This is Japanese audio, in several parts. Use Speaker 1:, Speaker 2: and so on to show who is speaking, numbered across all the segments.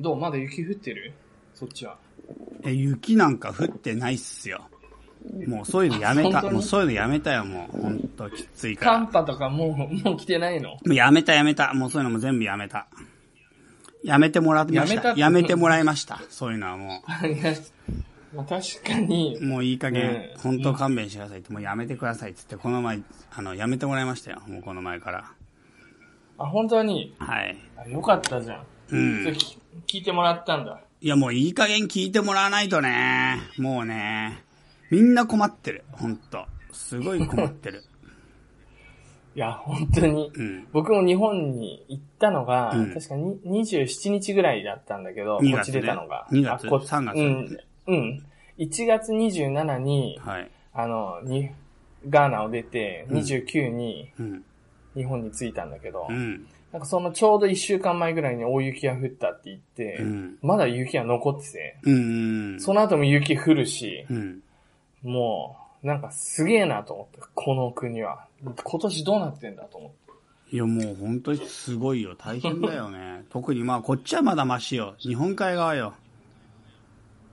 Speaker 1: どうまだ雪降ってるそっちは。
Speaker 2: え、雪なんか降ってないっすよ。もうそういうのやめ
Speaker 1: あ本
Speaker 2: た。
Speaker 1: 当に
Speaker 2: もうそういうのやめたよ、もう。ほんときついから。
Speaker 1: 寒
Speaker 2: も
Speaker 1: 波とかもう、 もう来てないの
Speaker 2: うやめたやめた。もうそういうのも全部やめた。やめてもらってまし。
Speaker 1: やめたったて
Speaker 2: やめてもらいました。そういうのはも
Speaker 1: いやまあ確かに
Speaker 2: う、、もういい加減
Speaker 1: ね、え
Speaker 2: ほんと勘弁してくださいって、もうやめてくださいってって、この前、あの、やめてもらいましたよ。もうこの前から。
Speaker 1: あ、本当に、
Speaker 2: はい。
Speaker 1: あよかったじゃん。
Speaker 2: うん
Speaker 1: それ聞聞いてもらったんだ。
Speaker 2: いや、もういい加減聞いてもらわないとね。もうね。みんな困ってる。ほんと。すごい困ってる。
Speaker 1: いや、本当に。
Speaker 2: うん。
Speaker 1: 僕も日本に行ったのが、
Speaker 2: うん
Speaker 1: 確かに27日ぐらいだったんだけど、
Speaker 2: 2
Speaker 1: こっち
Speaker 2: 月ね
Speaker 1: 出たのが。
Speaker 2: 2月
Speaker 1: あこ
Speaker 2: 3月
Speaker 1: うん。うん。1月27に、
Speaker 2: はい。
Speaker 1: あの、に、ガーナを出て、
Speaker 2: うん
Speaker 1: 29に
Speaker 2: うん。
Speaker 1: 日本に着いたんだけど、
Speaker 2: うん。
Speaker 1: なんかそのちょうど1週間前ぐらいに大雪が降ったって言って、
Speaker 2: うん。
Speaker 1: まだ雪が残ってて、
Speaker 2: うん。
Speaker 1: その後も雪降るし、
Speaker 2: うん。
Speaker 1: もう、なんかすげえなと思って、この国は。今年どうなってんだと思って。
Speaker 2: いや、もう本当にすごいよ。大変だ よね。特にまあ、こっちはまだマシよ。日本海側よ。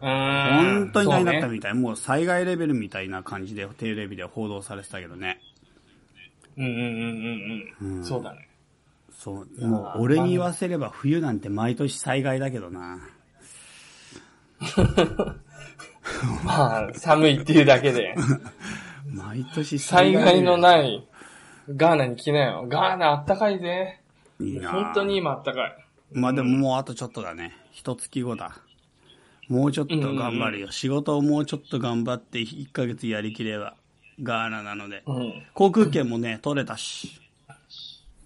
Speaker 1: うーん
Speaker 2: 本当に大変だった
Speaker 1: そうね
Speaker 2: みたい。もう災害レベルみたいな感じで、テレビで報道されてたけどね。
Speaker 1: うんうんうんうんう
Speaker 2: うん
Speaker 1: ん。そうだね。
Speaker 2: そう。もう、俺に言わせれば冬なんて毎年災害だけどな。
Speaker 1: まあ、寒いっていうだけ で、
Speaker 2: 毎年。
Speaker 1: 災害のないいガーナに来なよ。ガーナあったかいぜ。
Speaker 2: いいな
Speaker 1: 本当に今あったかい。
Speaker 2: まあでももうあとちょっとだね。一月後だ。もうちょっと頑張るよ。仕事をもうちょっと頑張って1ヶ月やりきればガーナなので。
Speaker 1: うん。
Speaker 2: 航空券もね、取れたし。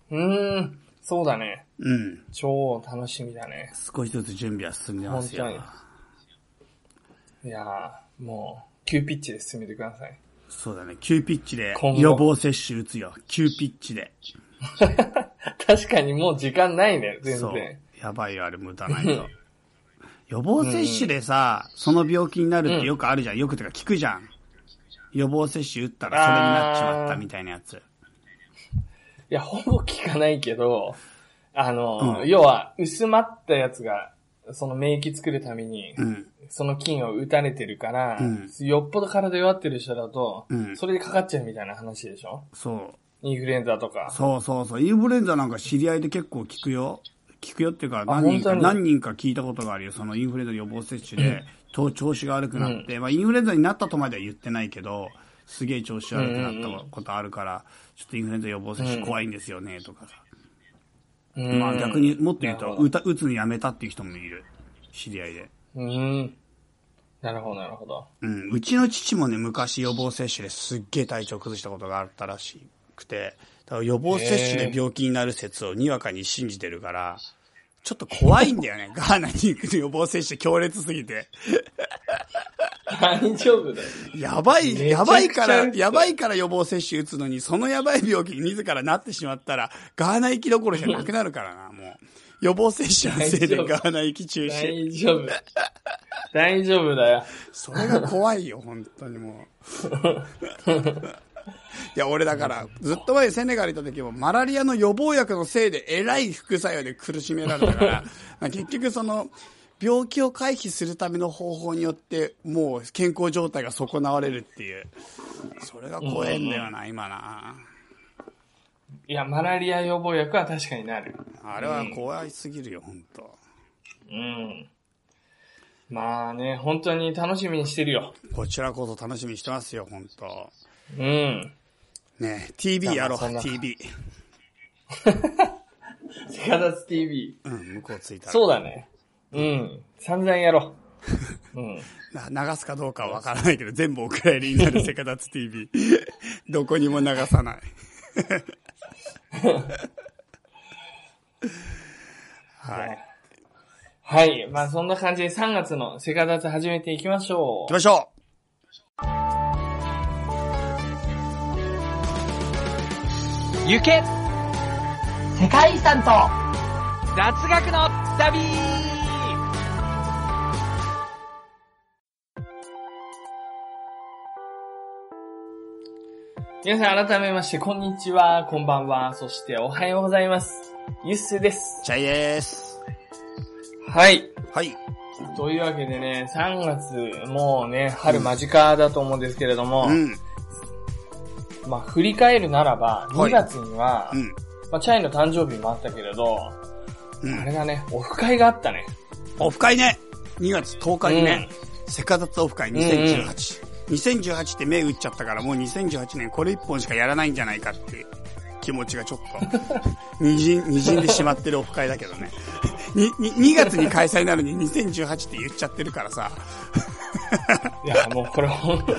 Speaker 1: うーん、そうだね。
Speaker 2: うん。
Speaker 1: 超楽しみだね。
Speaker 2: 少しずつ準備は進んでますよ
Speaker 1: 本当。にいやー、もう、急ピッチで進めてください。
Speaker 2: そうだね。急ピッチで
Speaker 1: 今後
Speaker 2: 予防接種打つよ。急ピッチで。
Speaker 1: 確かにもう時間ないね、全
Speaker 2: そう
Speaker 1: 然。。
Speaker 2: やばいよ、あれも打たないと。予防接種でさ、その病気になるってよくあるじゃん。よくてか聞くじゃん。予防接種打ったらそれになっちまったみたいなやつ。
Speaker 1: いや、ほぼ効かないけど、あの、
Speaker 2: うん
Speaker 1: 要は、薄まったやつが、その免疫作るために、
Speaker 2: うん。
Speaker 1: その菌を打たれてるから、
Speaker 2: うん
Speaker 1: よっぽど体弱ってる人だと、
Speaker 2: うん
Speaker 1: それでかかっちゃうみたいな話でしょ
Speaker 2: そう。
Speaker 1: インフルエンザとか。
Speaker 2: そうそうそう。インフルエンザなんか知り合いで結構聞くよ。聞くよっていうか、
Speaker 1: あ
Speaker 2: 何
Speaker 1: 本
Speaker 2: 人か、
Speaker 1: 当に
Speaker 2: 何人か聞いたことがあるよ。そのインフルエンザの予防接種で、と調子が悪くなって、まあインフルエンザになったとまでは言ってないけど、すげえ調子悪くなったことあるから、ちょっとインフルエンザ予防接種怖いんですよね、とかさ。
Speaker 1: うん
Speaker 2: まあ逆にもっと言う
Speaker 1: なる
Speaker 2: と、
Speaker 1: ほど
Speaker 2: 打た打つのやめたっていう人もいる。知り合いで。
Speaker 1: うん。なるほど、なるほど。
Speaker 2: うん。うちの父もね、昔予防接種ですっげえ体調崩したことがあったらしくて、だから予防接種で病気になる説をにわかに信じてるから、ちょっと怖いんだよ ね。ガーナに行くと予防接種強烈すぎて。
Speaker 1: 大丈夫だよ。
Speaker 2: やば
Speaker 1: めちゃくちゃ
Speaker 2: い、やばいから、
Speaker 1: 打つ
Speaker 2: やばいから予防接種打つのに、そのやばい病気に自らなってしまったら、ガーナ行きどころじゃなくなるからな、 もう。予防接種のせいで
Speaker 1: 大丈夫
Speaker 2: ガーナ行き中止。
Speaker 1: 大丈夫。大丈夫だよ。
Speaker 2: それが怖いよ、本当にもう。いや、俺だから、ずっと前にセネガル行った時も、マラリアの予防薬のせいで、えらい副作用で苦しめられたから、 まあ結局その、病気を回避するための方法によって、もう健康状態が損なわれるっていう。それが怖えんだよな、今な。
Speaker 1: いや、マラリア予防薬は確かになる。
Speaker 2: あれは怖いすぎるよ、本当
Speaker 1: うん。まあね、本当に楽しみにしてるよ。
Speaker 2: こちらこそ楽しみにしてますよ、本当
Speaker 1: うん。
Speaker 2: ねえ TV やろう、
Speaker 1: まあまあそんな
Speaker 2: TV。
Speaker 1: セカダツ TV。
Speaker 2: うん、向こう着いたら。
Speaker 1: そうだね。うん。散々やろ う。うん。
Speaker 2: な流すかどうかはわからないけど、全部お蔵入りになるセカダツ TV。ど こにも流さない。はい。行
Speaker 1: はい。まあそんな感じで3月のセカダツ始めていきましょ
Speaker 2: きましょう
Speaker 1: う。ゆけ
Speaker 3: 世界遺産と
Speaker 1: 雑学の旅皆さん改めまして、こんにちは、こんばんは、そしておはようございます。ゆっすです。
Speaker 2: チャイです。
Speaker 1: はい。
Speaker 2: はい。
Speaker 1: というわけでね、3月、もうね、春間近だと思うんですけれども、
Speaker 2: うん。
Speaker 1: まあ振り返るならば、
Speaker 2: は
Speaker 1: 2
Speaker 2: い
Speaker 1: 月には、
Speaker 2: うん。
Speaker 1: まあチャイの誕生日もあったけれど、
Speaker 2: う
Speaker 1: あ
Speaker 2: ん。
Speaker 1: れだね、オフ会があったね。
Speaker 2: オフ会ね。2月10日にね、セカダツオフ会2018。2018って目打っちゃったから、もう2018年これ一本しかやらないんじゃないかっていう気持ちがちょっ と、にじん、にじんでしまってるオフ会だけどね。 に、に、2月に開催なのに2018って言っちゃってるからさ。
Speaker 1: い や、もうこれほん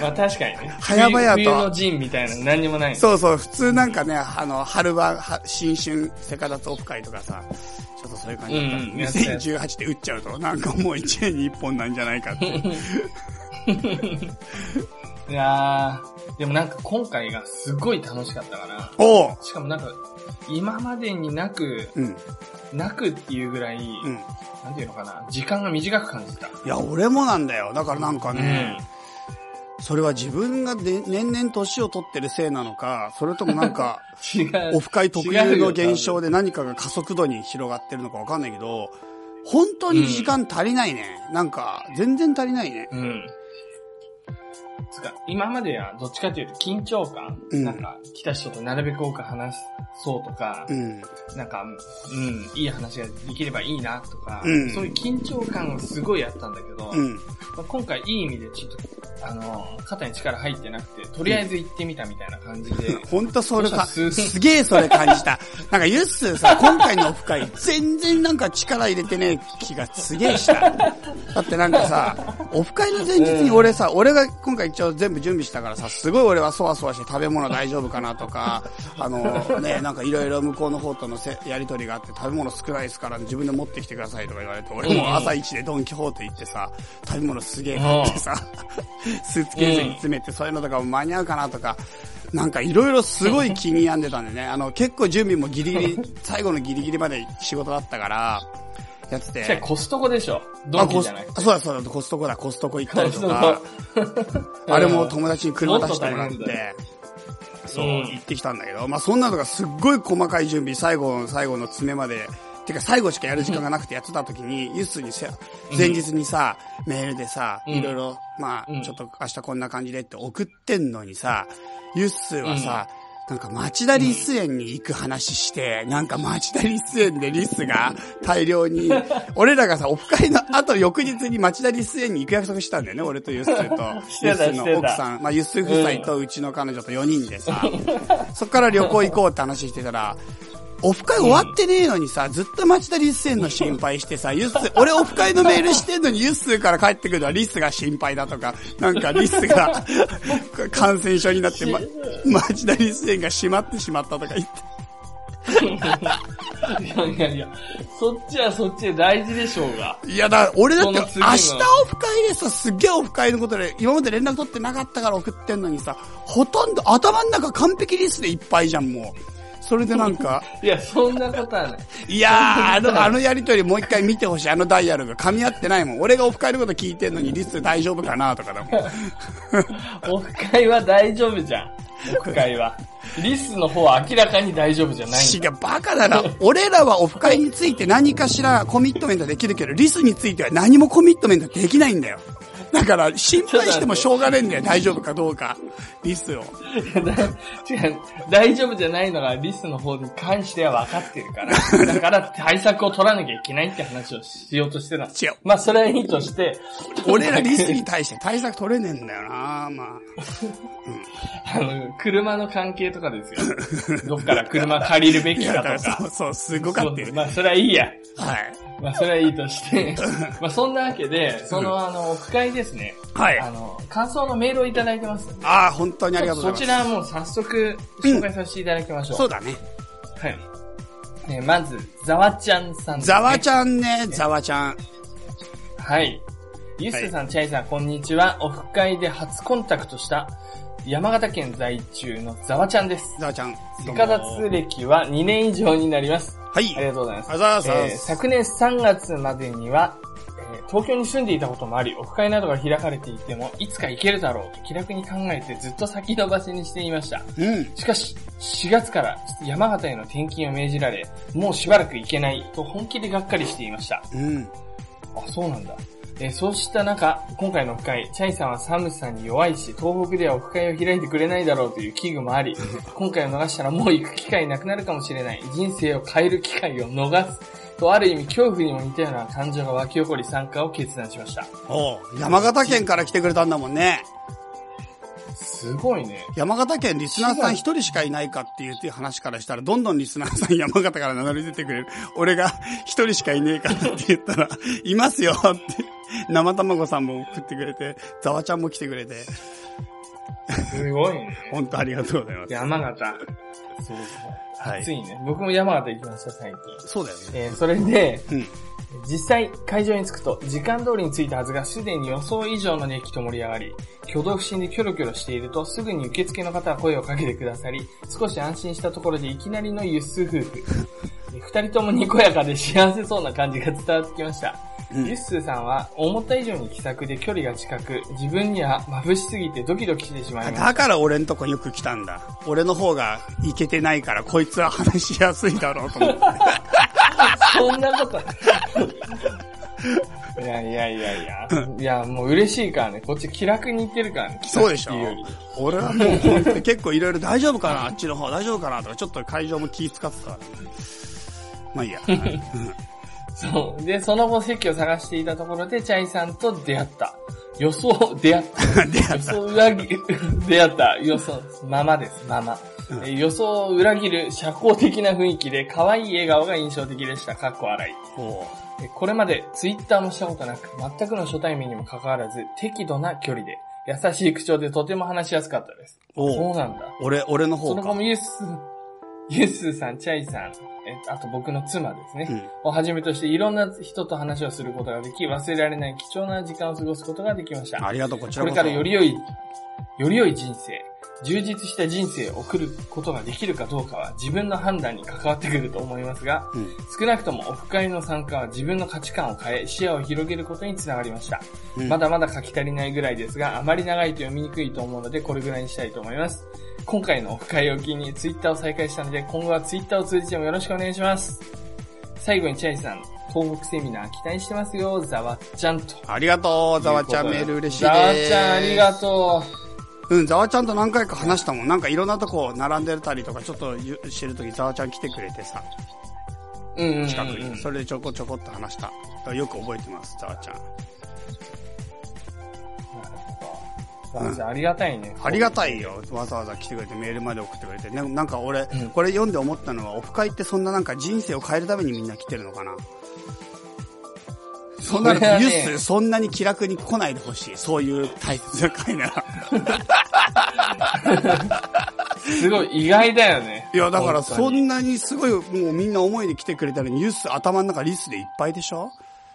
Speaker 1: まあ確かにね。
Speaker 2: 早々と
Speaker 1: 冬冬の陣みたいなの何にもないね。
Speaker 2: そうそう、普通なんかね、あの、春晩、は新春、セカダツオフ会とかさ、ちょっとそういう感じだった。
Speaker 1: うんうんやったやった
Speaker 2: 2018で打っちゃうと、なんかもう1年に1本なんじゃないかって。
Speaker 1: いやー、でもなんか今回がすごい楽しかったかな。
Speaker 2: おう
Speaker 1: しかもなんか、今までになく、
Speaker 2: うん、
Speaker 1: なくっていうぐらい、
Speaker 2: うん。
Speaker 1: なんていうのかな、時間が短く感じた。
Speaker 2: いや、俺もなんだよ。だからなんか
Speaker 1: う
Speaker 2: ね、それは自分がで年々年を取ってるせいなのか、それともなんか、
Speaker 1: 違 う。
Speaker 2: オフ会特有の現象で何かが加速度に広がってるのかわかんないけど、本当に時間足りないね。なんか、全然足りないね。
Speaker 1: うん。つか、今まではどっちかというと緊張感、
Speaker 2: うん
Speaker 1: なんか、来た人となるべく多く話そうとか
Speaker 2: う、ん。
Speaker 1: なんか、うん、いい話ができればいいなとか、
Speaker 2: うん
Speaker 1: そういう緊張感がすごいあったんだけど、
Speaker 2: うん。
Speaker 1: まあ、今回いい意味でちょっと、あの、肩に力入ってなくて、とりあえず行ってみたみたいな感じで、
Speaker 2: ほんと それか、
Speaker 1: そうそう
Speaker 2: すげえそれ感じた。なんかユッスーさ、今回のオフ会、全然なんか力入れてねえ気がすげえした。だってなんかさ、オフ会の前日に俺さ、俺が今回一応全部準備したからさ、すごい俺はそわそわして食べ物大丈夫かなとか、あのね、なんかいろいろ向こうの方とのせやりとりがあって、食べ物少ないですから自分で持ってきてくださいとか言われて、俺も朝一でドンキホーテ行ってさ、食べ物すげえ買ってさ、スー ツケースに詰めて、そういうのとかも間に合うかなとか、なんかいろいろすごい気に病んでたんでね、あの、結構準備もギリギリ、最後のギリギリまで仕事だったから、やって
Speaker 1: しかも
Speaker 2: て。
Speaker 1: コストコでしょ。ド
Speaker 2: あ、
Speaker 1: ンキ
Speaker 2: コ
Speaker 1: じ
Speaker 2: ス
Speaker 1: ゃない。
Speaker 2: あそうだそうだ、コストコだ、コストコ行ったりとか
Speaker 1: コ、
Speaker 2: あれも友達に車出してもらっ
Speaker 1: もっと大
Speaker 2: て、そうう、
Speaker 1: ん
Speaker 2: 行ってきたんだけど、まあそんなのがすっごい細かい準備、最後の最後の詰めまで、てか最後しかやる時間がなくてやってた時に、ユスにせ、前日にさ、メールでさ、
Speaker 1: うん
Speaker 2: いろいろ、ま
Speaker 1: う
Speaker 2: あ、
Speaker 1: ん
Speaker 2: ちょっと明日こんな感じでって送ってんのにさ、ユッスーはさ、なんか町田リス園に行く話して、なんか町田リス園でリスが大量に、俺らがさ、オフ会の後翌日に町田リス園に行く約束したんだよね、俺とユッスー と。
Speaker 1: し
Speaker 2: ユ
Speaker 1: て
Speaker 2: ッス
Speaker 1: た
Speaker 2: ーの奥さん、まあユッスー夫妻とうちの彼女と4人でさ、そっから旅行行こうって話してたら、オフ会終わってねえのにさ、ずっと町田リス園の心配してさ、ユッス、俺オフ会のメールしてんのにユッスーから帰ってくるのはリスが心配だとか、なんかリス が感染症になって、ま、町田リス園が閉まってしまったとか言って。
Speaker 1: いやいやいや、そっちはそっちで大事でしょうが。
Speaker 2: いやだ、俺だって明
Speaker 1: その次の
Speaker 2: 日オフ会でさ、すっげえオフ会のことで、今まで連絡取ってなかったから送ってんのにさ、ほとんど頭の中完璧リスでいっぱいじゃん、もう。それでなんか、
Speaker 1: いや、そんなことはない。
Speaker 2: いやー、あ の、あのやりとりもう一回見てほしい。あのダイヤルが噛み合ってないもん。俺がオフ会のこと聞いてんのにリス大丈夫か なとかだもん。
Speaker 1: オフ会は大丈夫じゃん。オフ会は。リスの方は明らかに大丈夫じゃないん
Speaker 2: 違
Speaker 1: だ。
Speaker 2: う、バカだな。俺らはオフ会について何かしらコミットメントできるけど、リスについては何もコミットメントできないんだよ。だから、心配してもしょうがねえんだよ。大丈夫かどうか。リス
Speaker 1: 違
Speaker 2: を。
Speaker 1: う。大丈夫じゃないのがリスの方に関しては分かってるから。だから対策を取らなきゃいけないって話をしようとしてた。
Speaker 2: 違う
Speaker 1: まあそれはいいとして、
Speaker 2: 俺らリスに対して対策取れねえんだよなまあ。
Speaker 1: あの、車の関係とかですよ。どっから車借りるべ
Speaker 2: い
Speaker 1: き
Speaker 2: や、だ
Speaker 1: か
Speaker 2: から
Speaker 1: とか
Speaker 2: そ。う、そう、すごかったよ
Speaker 1: そう。まあそれはいいや。
Speaker 2: はい。
Speaker 1: まあそれはいいとして。 まあそんなわけで、そのあの、オフ会ですね。
Speaker 2: はい
Speaker 1: あの、感想のメールをいただいてます。
Speaker 2: ああ、本当にありがとうございます。
Speaker 1: そちらもう早速紹介させていただきましょう。
Speaker 2: そうだね。
Speaker 1: はい。えーまず、ざわちゃんさん、
Speaker 2: ざわち
Speaker 1: ゃ
Speaker 2: ゃんね、ざわちゃん。
Speaker 1: ん。はい。ゆっすーさん、チャイさん、こんにちは。オフ会で初コンタクトした、山形県在住のざわちゃんです。
Speaker 2: ざわちゃん。ど
Speaker 1: 部
Speaker 2: うも
Speaker 1: 活歴は2年以上になります。
Speaker 2: はい。
Speaker 1: ありがとうございます。
Speaker 2: あざーす
Speaker 1: えー昨年3月までには、えー東京に住んでいたこともあり、オフ会などが開かれていても、いつか行けるだろうと気楽に考えてずっと先延ばしにしていました。
Speaker 2: うん。
Speaker 1: しかし、4月から山形への転勤を命じられ、もうしばらく行けないと本気でがっかりしていました。
Speaker 2: うん。
Speaker 1: あ、そうなんだ。えーそうした中、今回のオフ会、チャイさんは寒さに弱いし、東北ではオフ会を開いてくれないだろうという危惧もあり、 今回を逃したらもう行く機会なくなるかもしれない、人生を変える機会を逃す、とある意味恐怖にも似たような感情が湧き起こり参加を決断しました。
Speaker 2: おう山形県から来てくれたんだもんね。
Speaker 1: すごいね。
Speaker 2: 山形県リスナーさん一人しかいないかっていうっていう話からしたら、どんどんリスナーさん山形から名乗り出てくれる。俺が一人しかいねえからって言ったら、いますよって。生卵さんも送ってくれて、ざわちゃんも来てくれて、
Speaker 1: すごいね。
Speaker 2: 本当ありがとうございます。
Speaker 1: 山形。そう
Speaker 2: はい
Speaker 1: ついね。僕も山形行きました、最近。
Speaker 2: そうだよね。
Speaker 1: えーそれで、
Speaker 2: うん。
Speaker 1: 実際、会場に着くと、時間通りに着いたはずが、すでに予想以上の熱気と盛り上がり、挙動不審でキョロキョロしていると、すぐに受付の方は声をかけてくださり、少し安心したところでいきなりのユッスー夫婦。 え二人ともにこやかで幸せそうな感じが伝わってきました。
Speaker 2: うん
Speaker 1: ユッスーさんは、思った以上に気さくで距離が近く、自分には眩しすぎてドキドキしてしまいました。
Speaker 2: だから俺んとこよく来たんだ。俺の方がいけてないから、こいつは話しやすいだろうと思って。
Speaker 1: そんなことない。いやいやいやいや。いや、もう嬉しいからね。こっち気楽に行ってるからね。
Speaker 2: そうでしょ
Speaker 1: 気楽っていうよ
Speaker 2: 俺はもう本当に結構いろいろ大丈夫かなあっちの方大丈夫かなとか、ちょっと会場も気使ってたから。まあ いいや。はい
Speaker 1: りそう。で、その後席を探していたところで、チャイさんと出会った。予想、出会った。
Speaker 2: で、
Speaker 1: 予想裏切る、出会った。予想、ままです、まま。え予想を裏切る社交的な雰囲気で、可愛い笑顔が印象的でした。かっこ笑い。
Speaker 2: こ
Speaker 1: えこれまでツイッターもしたことなく、全くの初対面にもかかわらず、適度な距離で、優しい口調でとても話しやすかったです。
Speaker 2: おう
Speaker 1: そうなんだ。
Speaker 2: 俺、俺の
Speaker 1: そ
Speaker 2: 方
Speaker 1: の
Speaker 2: か。
Speaker 1: 後もユース、ユースさん、チャイさん、えあと僕の妻ですね、
Speaker 2: うん
Speaker 1: をはじめとしていろんな人と話をすることができ、忘れられない貴重な時間を過ごすことができました。
Speaker 2: ありがとう、こちら
Speaker 1: これ
Speaker 2: こそ。
Speaker 1: からより良い、より良い人生、充実した人生を送ることができるかどうかは自分の判断に関わってくると思いますが、
Speaker 2: うん
Speaker 1: 少なくともオフ会の参加は自分の価値観を変え、視野を広げることにつながりました。
Speaker 2: うん
Speaker 1: まだまだ書き足りないぐらいですが、あまり長いと読みにくいと思うので、これぐらいにしたいと思います。今回のオフ会を機にツイッターを再開したので、今後はツイッターを通じてもよろしくお願いします。最後にチャイさん、東北セミナー期待してますよ、ざわっちゃんと。
Speaker 2: ありがとう、ざわちゃんメール嬉しいで
Speaker 1: ざ
Speaker 2: す。
Speaker 1: わちゃんありがと
Speaker 2: うん、ざわちゃんと何回か話したもん。なんかいろんなとこ並んでたりとか、ちょっとゆしてるときざわちゃん来てくれてさ、
Speaker 1: う。うんうんうん、うん。
Speaker 2: 近くに。それでちょこちょこっと話した。よく覚えてます、ざわちゃん。
Speaker 1: ざわちゃんありがたいね。
Speaker 2: ありがたいよ。わざわざ来てくれて、メールまで送ってくれて。なんなんか俺、
Speaker 1: うん
Speaker 2: これ読んで思ったのは、オフ会ってそんななんか人生を変えるためにみんな来てるのかな。そんなの、
Speaker 1: それはね
Speaker 2: ユッス、そんなに気楽に来ないでほしい。そういう大切な会なら。
Speaker 1: すごい意外だよね。
Speaker 2: いや、だから
Speaker 1: 本当
Speaker 2: そ
Speaker 1: に
Speaker 2: んなにすごい、もうみんな思いで来てくれたのに、ユース頭の中リスでいっぱいでしょ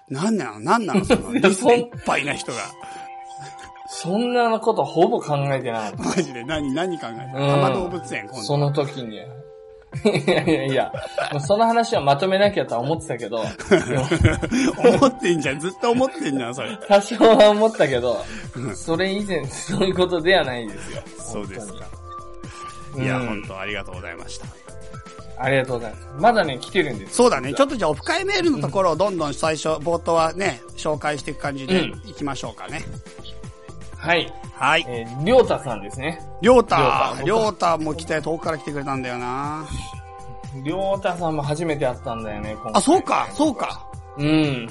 Speaker 2: なんなのなんなのそ の
Speaker 1: いや
Speaker 2: リスでいっぱいな人が。
Speaker 1: そんなことほぼ考えてなかった。
Speaker 2: マジで何、何考えたの
Speaker 1: うん
Speaker 2: 浜動物園、今
Speaker 1: そ
Speaker 2: 度。
Speaker 1: の時に。いやいやいや、まあその話はまとめなきゃとは思ってたけ ど、でも
Speaker 2: 思ってんじゃん。ずっと思ってんじゃん、それ。
Speaker 1: 多少は思ったけど、それ以前そういうことではないですよ。
Speaker 2: そうですか。
Speaker 1: 本当
Speaker 2: い
Speaker 1: に。
Speaker 2: や、
Speaker 1: う
Speaker 2: 本
Speaker 1: ん、
Speaker 2: 当ありがとうございました。
Speaker 1: ありがとうございます。まだね、来てるんです
Speaker 2: そうだね。ちょっとじゃあ、オフ会メールのところをどんどん最初、冒頭はね、紹介していく感じで
Speaker 1: う
Speaker 2: いきましょうかね。
Speaker 1: はい。
Speaker 2: はい。
Speaker 1: えー、りょうたさんですね。
Speaker 2: りょう
Speaker 1: りょ
Speaker 2: た
Speaker 1: う、た
Speaker 2: りょうたも来て、遠くから来てくれたんだよな。
Speaker 1: りょうたさんも初めて会ったんだよね、今回
Speaker 2: あ、そうか、そうか。
Speaker 1: うん。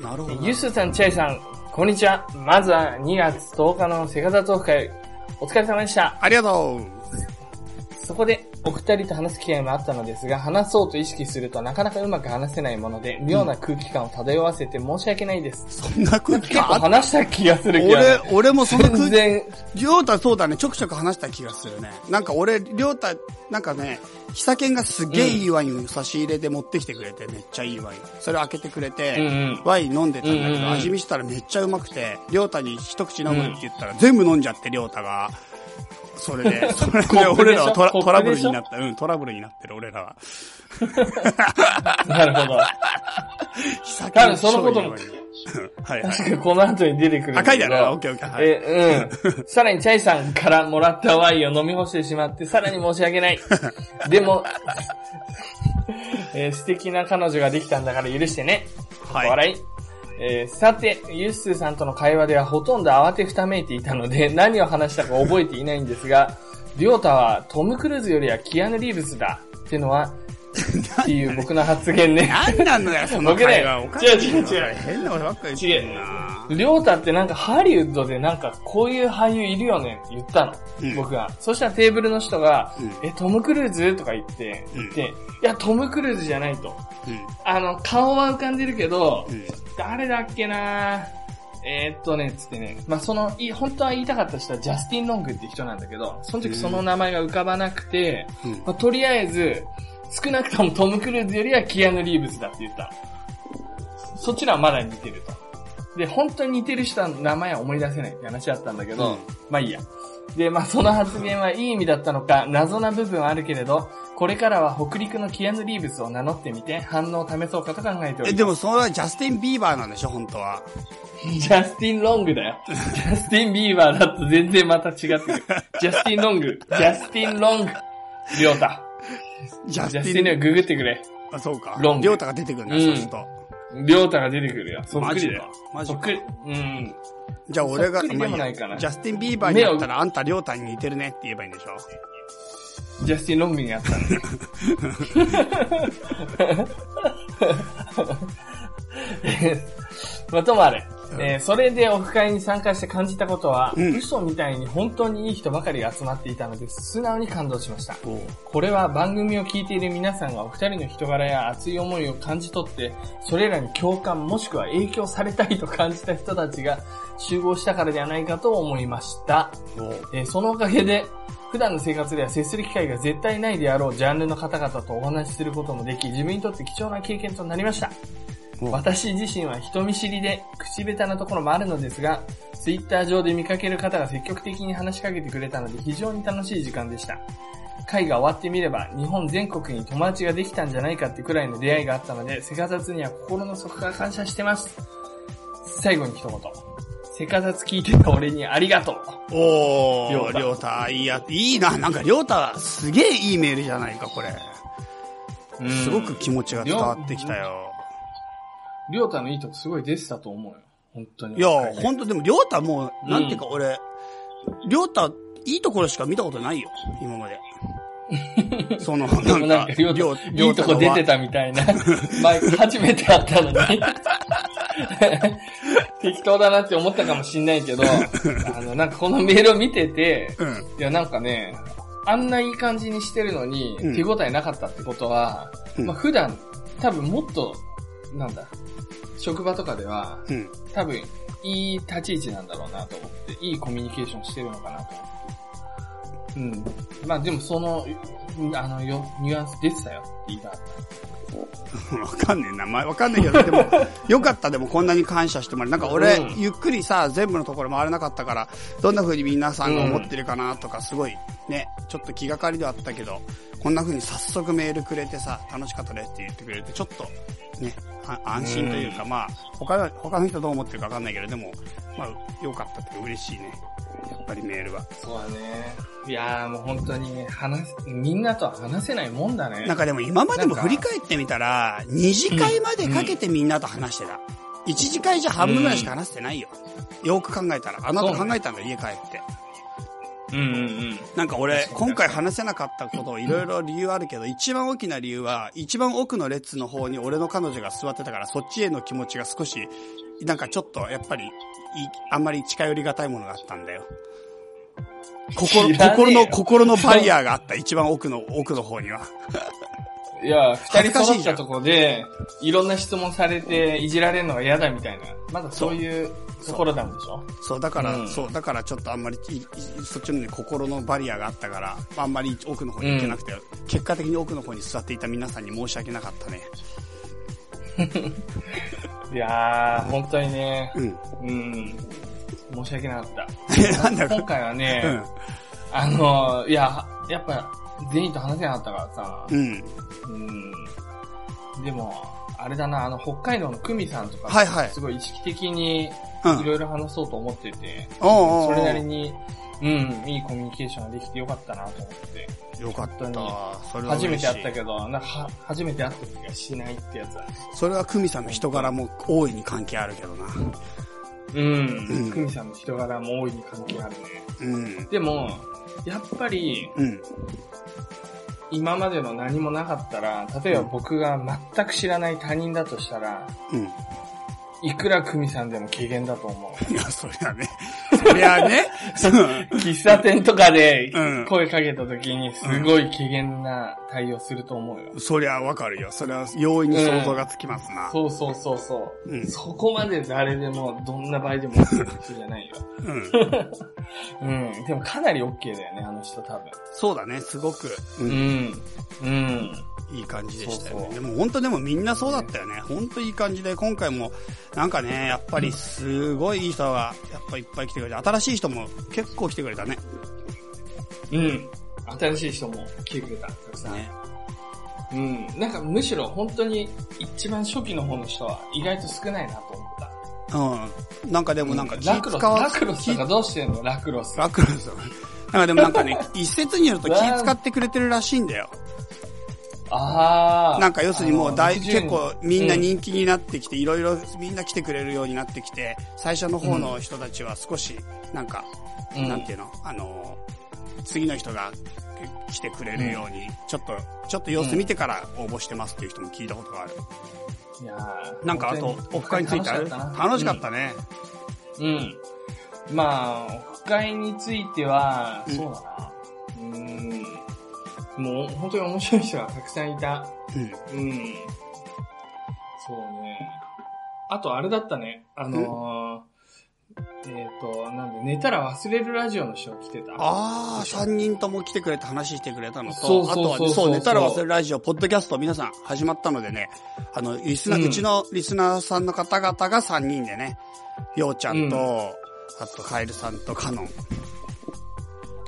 Speaker 2: なるほどな。
Speaker 1: ゆすさん、ちゃいさん、こんにちは。まずは2月10日のセガザトーク会、お疲れ様でした。
Speaker 2: ありがと
Speaker 1: そこで、お二人と話す機会もあったのですが、話そうと意識するとなかなかうまく話せないもので、妙な空気感を漂わせて申し訳ないです
Speaker 2: う。。そんな空気
Speaker 1: 結
Speaker 2: 感
Speaker 1: 構
Speaker 2: あっ
Speaker 1: 話した気がするけど、
Speaker 2: 俺、俺もその空
Speaker 1: 全
Speaker 2: 気、
Speaker 1: 然、
Speaker 2: りょうたそうだね、ちょくちょく話した気がするね。なんか俺、りょうた、なんかね、ひさけんがすげえいいワインを差し入れで持ってきてくれて、めっちゃいいワイン。それを開けてくれて、
Speaker 1: うんうん
Speaker 2: ワイン飲んでたん
Speaker 1: う
Speaker 2: だ
Speaker 1: ん
Speaker 2: け
Speaker 1: うんう
Speaker 2: ど、
Speaker 1: ん
Speaker 2: 味見したらめっちゃうまくて、りょうたに一口飲むって言ったら、全部飲んじゃって、りょうたが。それ で、それで俺らはトラ
Speaker 1: コップでしょ
Speaker 2: トラブルになった。うん、トラブルになってる、俺らは。
Speaker 1: なるほど。
Speaker 2: ひさ
Speaker 1: 多分そのこと
Speaker 2: 超いいワインはいはい。
Speaker 1: 確か この後に出てくるんだ
Speaker 2: 赤い
Speaker 1: けど
Speaker 2: だろオッケーオッケー。はい。
Speaker 1: え、う ん。さらにチャイさんからもらったワインを飲み干してしまって、さらに申し訳 ない。でも、えー素敵な彼女ができたんだから許してね。
Speaker 2: はい
Speaker 1: 笑い。えーさて、ユッスーさんとの会話ではほとんど慌てふためいていたので、 何を話したか覚えていないんですが、りょうたはトム・クルーズよりはキアヌ・リーブスだってのは、っていう僕の発言ね。
Speaker 2: 何なんだよ、その会話。
Speaker 1: 僕ね
Speaker 2: おかしいな
Speaker 1: 違う違う違う
Speaker 2: 変なことばっかり言ってんな。
Speaker 1: りょうたってなんかハリウッドでなんかこういう俳優いるよねって言ったの。
Speaker 2: うん
Speaker 1: 僕が。そしたらテーブルの人が、
Speaker 2: うん
Speaker 1: え、トム・クルーズとか言って、
Speaker 2: う
Speaker 1: 言
Speaker 2: ん
Speaker 1: って、いや、トム・クルーズじゃないと。
Speaker 2: う
Speaker 1: あの、顔は浮かんでるけど、
Speaker 2: ん。うん。
Speaker 1: 誰だっけなえーっとね、つってね。まあ、その、い、本当は言いたかった人はジャスティン・ロングって人なんだけど、その時その名前が浮かばなくて、
Speaker 2: うん
Speaker 1: まあ、とりあえず、少なくともトム・クルーズよりはキアヌ・リーブスだって言った。そっちらはまだ似てると。で、本当に似てる人の名前は思い出せないって話だったんだけど、
Speaker 2: うん
Speaker 1: まあいいや。で、まあその発言はいい意味だったのか、謎な部分はあるけれど、これからは北陸のキアヌ・リーブスを名乗ってみて、反応を試そうかと考えております
Speaker 2: え、でもそれはジャスティン・ビーバーなんでしょ、本当は。
Speaker 1: ジャスティン・ロングだよ。ジャスティン・ビーバーだと全然また違ってる。ジャスティン・ロング。ジャスティン・ロング。りょうた。
Speaker 2: ジャス
Speaker 1: ジ
Speaker 2: テ
Speaker 1: ャス
Speaker 2: ィ
Speaker 1: ティ
Speaker 2: ン・
Speaker 1: ンにはググってくれ。
Speaker 2: あ、そうか。
Speaker 1: ロング
Speaker 2: りょうたが出てくるんだ、
Speaker 1: うん
Speaker 2: そうすると。
Speaker 1: りょうたが出てくるよ。そっくりだよ。
Speaker 2: マジ
Speaker 1: そ
Speaker 2: か
Speaker 1: っくり。うん。
Speaker 2: じゃあ俺が、
Speaker 1: そっくりでもないかな
Speaker 2: まあいいやジャスティン・ビーバーになったらあんたりょうたに似てるねって言えばいいんでしょ。
Speaker 1: ジャスティン・ロングにやったんだよ。 まあ、ともあれ。えーそれでオフ会に参加して感じたことは、
Speaker 2: うん
Speaker 1: 嘘みたいに本当にいい人ばかりが集まっていたので、素直に感動しました。
Speaker 2: おう
Speaker 1: これは番組を聞いている皆さんがお二人の人柄や熱い思いを感じ取って、それらに共感もしくは影響されたいと感じた人たちが集合したからではないかと思いました。
Speaker 2: おう
Speaker 1: えーそのおかげで、普段の生活では接する機会が絶対ないであろうジャンルの方々とお話しすることもでき、自分にとって貴重な経験となりました。
Speaker 2: おう
Speaker 1: 私自身は人見知りで口下手なところもあるのですが、ツイッター上で見かける方が積極的に話しかけてくれたので非常に楽しい時間でした。会が終わってみれば日本全国に友達ができたんじゃないかってくらいの出会いがあったので、セカザツには心の底から感謝してます。最後に一言。セカザツ聞いてた俺にありがとう。
Speaker 2: お
Speaker 1: りょう
Speaker 2: ー、
Speaker 1: た
Speaker 2: りょうた、いいや、いいな、なんかりょうた、すげえいいメールじゃないか、これ。
Speaker 1: うん
Speaker 2: すごく気持ちが伝わってきたよ。
Speaker 1: りょうたのいいとこすごい出てたと思うよ。本当に。
Speaker 2: いや、ほんと、でもりょうたも
Speaker 1: う
Speaker 2: う、
Speaker 1: ん
Speaker 2: なんていうか俺、りょうた、いいところしか見たことないよ、今まで。 その、
Speaker 1: で
Speaker 2: な
Speaker 1: も
Speaker 2: ん
Speaker 1: な
Speaker 2: か
Speaker 1: んか、りょう
Speaker 2: りょう
Speaker 1: た、いいとこ出て。たみたいな。 前、初めて会ったのに。 適当だなって思ったかもしんない けど、あの、なんかこのメールを見てて、
Speaker 2: りょうたの
Speaker 1: いや、なんかね、あんないい感じにしてるのに、
Speaker 2: うん
Speaker 1: 手応えなかったってことは、
Speaker 2: うん
Speaker 1: まあ普段、多分もっと、なんだ、職場とかでは、
Speaker 2: うん、うん。
Speaker 1: 多分、いい立ち位置なんだろうなと思って、いいコミュニケーションしてるのかなと思って。うん。まあでもその、あの、よ、ニュアンス出てたよって言いたかった。
Speaker 2: わかんねえな、前わかんねえけど、でも、よかった、でもこんなに感謝してもらえるなんか俺、
Speaker 1: うん
Speaker 2: ゆっくりさ、全部のところ回れなかったから、どんな風に皆さんが思ってるかなとか、すごい、ね、ちょっと気がかりではあったけど、こんな風に早速メールくれてさ、楽しかったですって言ってくれて、ちょっと、ね、あ安心というか、まあ、他の、他の人どう思ってるかわかんないけど、でも、まあ、よかったっていうか嬉しいね。やっぱりメールは。
Speaker 1: そうだね。いやーもう本当にね、話せ、みんなとは話せないもんだね。
Speaker 2: なんかでも今までも振り返ってみたら、2次会までかけてみんなと話してた。1次会じゃ半分ぐらいしか話してないよ。よく考えたら。あなた考えたんだ、家帰って。
Speaker 1: うんうんうん。
Speaker 2: なんか俺、
Speaker 1: 確かに
Speaker 2: 今回話せなかったことをいろいろ理由あるけど、一番大きな理由は、一番奥の列の方に俺の彼女が座ってたから、そっちへの気持ちが少し、なんかちょっと、やっぱり、いあんまり近寄りがたいものがあったんだよ。心、
Speaker 1: 知らねえよ
Speaker 2: 心の、心のバリアがあった、一番奥の、奥の方には。
Speaker 1: いやー、
Speaker 2: 恥
Speaker 1: 二
Speaker 2: ずか
Speaker 1: 人
Speaker 2: し
Speaker 1: 揃
Speaker 2: い
Speaker 1: っ
Speaker 2: じゃん
Speaker 1: たところで、いろんな質問されて、いじられるのが嫌だみたいな。まだそういうところなんでしょ
Speaker 2: そう、だから、
Speaker 1: うん
Speaker 2: そう、だからちょっとあんまりい、いそっちのね、心のバリアがあったから、あんまり奥の方に行けなくて、結果的に奥の方に座っていた皆さんに申し訳なかったね。
Speaker 1: いやー、本当にね、
Speaker 2: うん。
Speaker 1: うん、申し訳なかった。
Speaker 2: なんだ
Speaker 1: 今
Speaker 2: か、
Speaker 1: 回はね、
Speaker 2: うん。
Speaker 1: あの、いや、やっぱ、全員と話せなかったからさ
Speaker 2: う、ん。
Speaker 1: うん、でも、ああれだな、あの、北海道の久美さんとか、
Speaker 2: はいはい
Speaker 1: すごい意識的に、
Speaker 2: うん
Speaker 1: いろいろ話そうと思ってて、
Speaker 2: おうおうおう
Speaker 1: それなりに、うん、いいコミュニケーションができてよかったなと思って、
Speaker 2: よかっ
Speaker 1: 本
Speaker 2: た。それは
Speaker 1: 初め
Speaker 2: 嬉して
Speaker 1: 会
Speaker 2: い
Speaker 1: ったけど、なんかは、初めて会った気がしないってやつだね。
Speaker 2: それは久美さんの人柄も大いに関係あるけどな。
Speaker 1: うん、久美さんの人柄も大いに関係あるね。
Speaker 2: うん。
Speaker 1: でも、やっぱり、
Speaker 2: うん。
Speaker 1: 今までの何もなかったら、例えば僕が全く知らない他人だとしたら、
Speaker 2: うん。
Speaker 1: いくら久美さんでも軽減だと思う。
Speaker 2: いや、そりゃね。そりゃね。そう
Speaker 1: 喫茶店とかで
Speaker 2: うん
Speaker 1: 声かけた時にすごい機嫌な対応すると思うよ。
Speaker 2: そりゃわかるよ。それは容易に想像がつきますな。
Speaker 1: そうそうそうそう。
Speaker 2: うん
Speaker 1: そこまで誰でもどんな場合でもする人じゃないよ。
Speaker 2: うん。
Speaker 1: うん。でもかなり OK だよね、あの人多分。
Speaker 2: そうだね。すごく、う、
Speaker 1: うんん。うん。
Speaker 2: いい感じでしたよ
Speaker 1: そう
Speaker 2: ね。
Speaker 1: そ
Speaker 2: でも本当でもみんなそうだったよね。本当いい感じで、今回も、なんかね、やっぱりすごいいい人が、やっぱいっぱい来てくれて、新しい人も結構来てくれたね。
Speaker 1: うん。新しい人も来てくれた、たくさん。
Speaker 2: ね
Speaker 1: うん。なんかむしろ本当に一番初期の方の人は意外と少ないなと思った。
Speaker 2: うん。なんかでもなんか気
Speaker 1: ラクロス、
Speaker 2: 使わ
Speaker 1: ラ
Speaker 2: ず
Speaker 1: クロスとかどうしてんのラクロス。
Speaker 2: ラクロス。なんかでもなんかね、一説によると気使ってくれてるらしいんだよ。
Speaker 1: ああ。
Speaker 2: なんか要するにもう大、
Speaker 1: あの
Speaker 2: 結構みんな
Speaker 1: うん
Speaker 2: 人気になってきて、いろいろみんな来てくれるようになってきて、最初の方の人たちは少し、なんか、
Speaker 1: うん
Speaker 2: なんていうの、あの、次の人が来てくれるように、ちょっと、ちょっと様子見てから応募してますっていう人も聞いたことがある。
Speaker 1: いやー
Speaker 2: なんかあと
Speaker 1: 本、当
Speaker 2: オフ会についてある
Speaker 1: 楽しかったな
Speaker 2: 楽しかったね。
Speaker 1: うん。うんまあ、オフ会については、
Speaker 2: うん
Speaker 1: そうだな。うーん。もう本当に面白い人がたくさんいた。
Speaker 2: うん。
Speaker 1: うん。そうね。あとあれだったね。あのー、えっ、と、なんで、寝たら忘れるラジオの人が来てた。
Speaker 2: ああ、三人とも来てくれて話してくれたのと、
Speaker 1: そうそうそう
Speaker 2: あとは、
Speaker 1: そう
Speaker 2: そう、寝たら忘れるラジオ、ポッドキャスト、皆さん始まったのでね、あの、リスナー、
Speaker 1: う
Speaker 2: うんちのリスナーさんの方々が3人でね、ようちゃんと、
Speaker 1: う
Speaker 2: あと、カエルさんとカノン。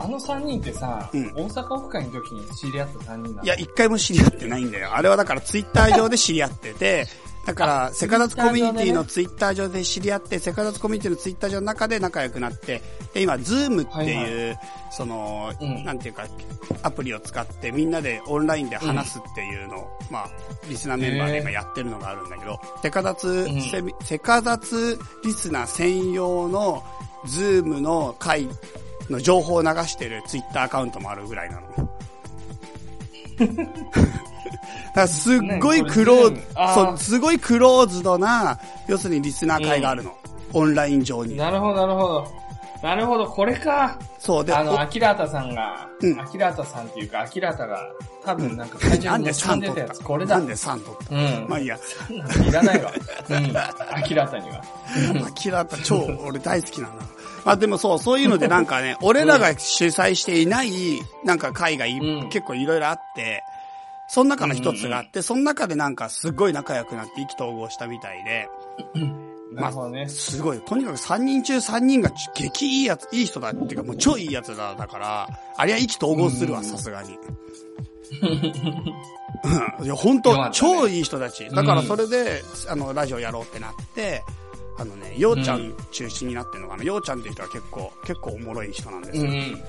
Speaker 1: あの3人ってさ、
Speaker 2: うん
Speaker 1: 大阪オフ会の時に知り合った3人なの
Speaker 2: いや、一回も知り合ってないんだよ。あれはだからツイッター上で知り合ってて、だから、セカダツコミュニティのツイッター上で知り合って、セカダツコミュニティのツイッター上の中で仲良くなって、で、今、ズームって
Speaker 1: はい
Speaker 2: いう、その、
Speaker 1: うん
Speaker 2: なんていうか、アプリを使ってみんなでオンラインで話すっていうのを、まあ、リスナーメンバーで今やってるのがあるんだけど、セカダツ
Speaker 1: うん、
Speaker 2: セミセカダツリスナー専用の、ズームの会の情報を流してるツイッターアカウントもあるぐら いなの。だからすっごいクローズ、
Speaker 1: ねこれ全部あー
Speaker 2: そう、すごいクローズドな、要するにリスナー会があるの。オンライン上に。
Speaker 1: なるほど、なるほど。なるほど、これか。
Speaker 2: そうで、
Speaker 1: あ
Speaker 2: お
Speaker 1: の、アキラータさんが、
Speaker 2: うん
Speaker 1: アキラータさんっていうか、アキラータが、多分なんか会場
Speaker 2: なん
Speaker 1: に
Speaker 2: で
Speaker 1: 持ち込ん
Speaker 2: 3
Speaker 1: で
Speaker 2: 取った
Speaker 1: や
Speaker 2: た
Speaker 1: つ、これだ。
Speaker 2: なんで3取った、
Speaker 1: うん。
Speaker 2: まあいいや。
Speaker 1: いらないわ。うん。アキラータには。
Speaker 2: アキラータ 超俺大好きなんだ。まあでもそう、そういうのでなんかね、俺らが主催していない、なんか会がい
Speaker 1: うん
Speaker 2: 結構いろいろあって、その中の一つがあって、その中でなんかすごい仲良くなって意気投合したみたいで、
Speaker 1: なるほどね。
Speaker 2: すごい。とにかく3人中3人が激いいやつ、いい人だっていうか、もう超いいやつだ、だから、あれは意気投合する
Speaker 1: う
Speaker 2: わ、
Speaker 1: ん
Speaker 2: さすがに。うん。いや、本当、
Speaker 1: よかったね
Speaker 2: 超いい人たち。だからそれで、あの、ラジオやろうってなって、あのね、ようちゃ
Speaker 1: うん
Speaker 2: 中心になってるのかな。ようちゃんっていう人は結構、結構おもろい人なんです
Speaker 1: うんう
Speaker 2: よ。
Speaker 1: ん。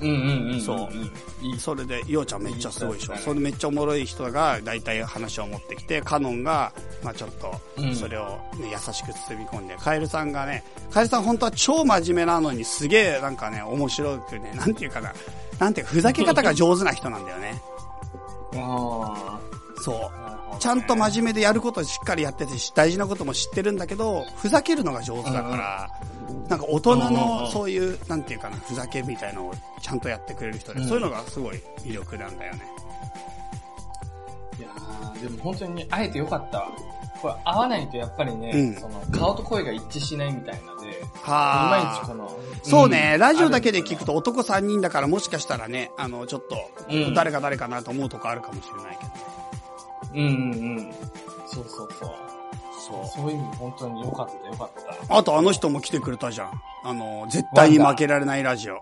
Speaker 1: うんうんうん。。
Speaker 2: そうん
Speaker 1: いい。
Speaker 2: それで、ようちゃんめっちゃすごいでし
Speaker 1: いい人だ
Speaker 2: ょ。
Speaker 1: ったね
Speaker 2: それめっちゃおもろい人が、だいたい話を持ってきて、カノンが、まあちょっと
Speaker 1: う、ん
Speaker 2: それを、ね、優しく包み込んで、カエルさんがね、カエルさん本当は超真面目なのに、すげえなんかね、面白くね、なんていうかな、なんていうか、ふざけ方が上手な人なんだよね。
Speaker 1: ああ。
Speaker 2: そう。
Speaker 1: なるほどね
Speaker 2: ちゃんと真面目でやることをしっかりやってて、し大事なことも知ってるんだけど、ふざけるのが上手だから、なんか大人
Speaker 1: うんうんう
Speaker 2: の
Speaker 1: ん
Speaker 2: そういう、なんていうかな、ふざけみたいのをちゃんとやってくれる人で、
Speaker 1: うん
Speaker 2: そういうのがすごい魅力なんだよね。
Speaker 1: いやーでも本当に会えてよかったわ。これ、会わないとやっぱりね、
Speaker 2: うん
Speaker 1: その、顔と声が一致しないみたいなので、い
Speaker 2: はあ。
Speaker 1: まいちこの、
Speaker 2: そうね、ラジオだけで
Speaker 1: あるん
Speaker 2: 聞く
Speaker 1: よ
Speaker 2: と男3人だからもしかしたらね、あの、ちょっと
Speaker 1: うん、
Speaker 2: 誰か誰かなと思うとこあるかもしれないけど。
Speaker 1: うんうんうん。そうそうそう。
Speaker 2: そう。
Speaker 1: そういう意味で本当に良かった、良かった。
Speaker 2: あとあの人も来てくれたじゃん。あの、絶対に負けられないラジオ。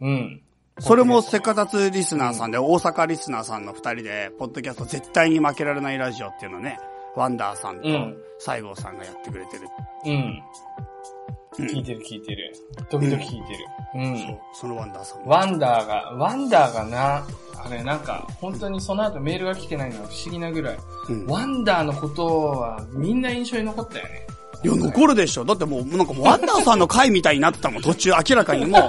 Speaker 1: うん。
Speaker 2: それもせっかたつリスナーさんで、大阪リスナーさんの二人で、ポッドキャスト絶対に負けられないラジオっていうのね、ワンダーさんと
Speaker 1: うん
Speaker 2: 西郷さんがやってくれてる。
Speaker 1: うん。
Speaker 2: うん
Speaker 1: 聞いてる聞いてる。時々聞いてる。うん。
Speaker 2: そう、そのワンダーさんも。
Speaker 1: ワンダーが、ワンダーがな、あれなんか、本当にその後メールが来てないのが不思議なぐらい。
Speaker 2: うん
Speaker 1: ワンダーのことはみんな印象に残ったよね。
Speaker 2: いや、残るでしょ。だってもう、なんかワンダーさんの回みたいになったもん、途中明らかにもう。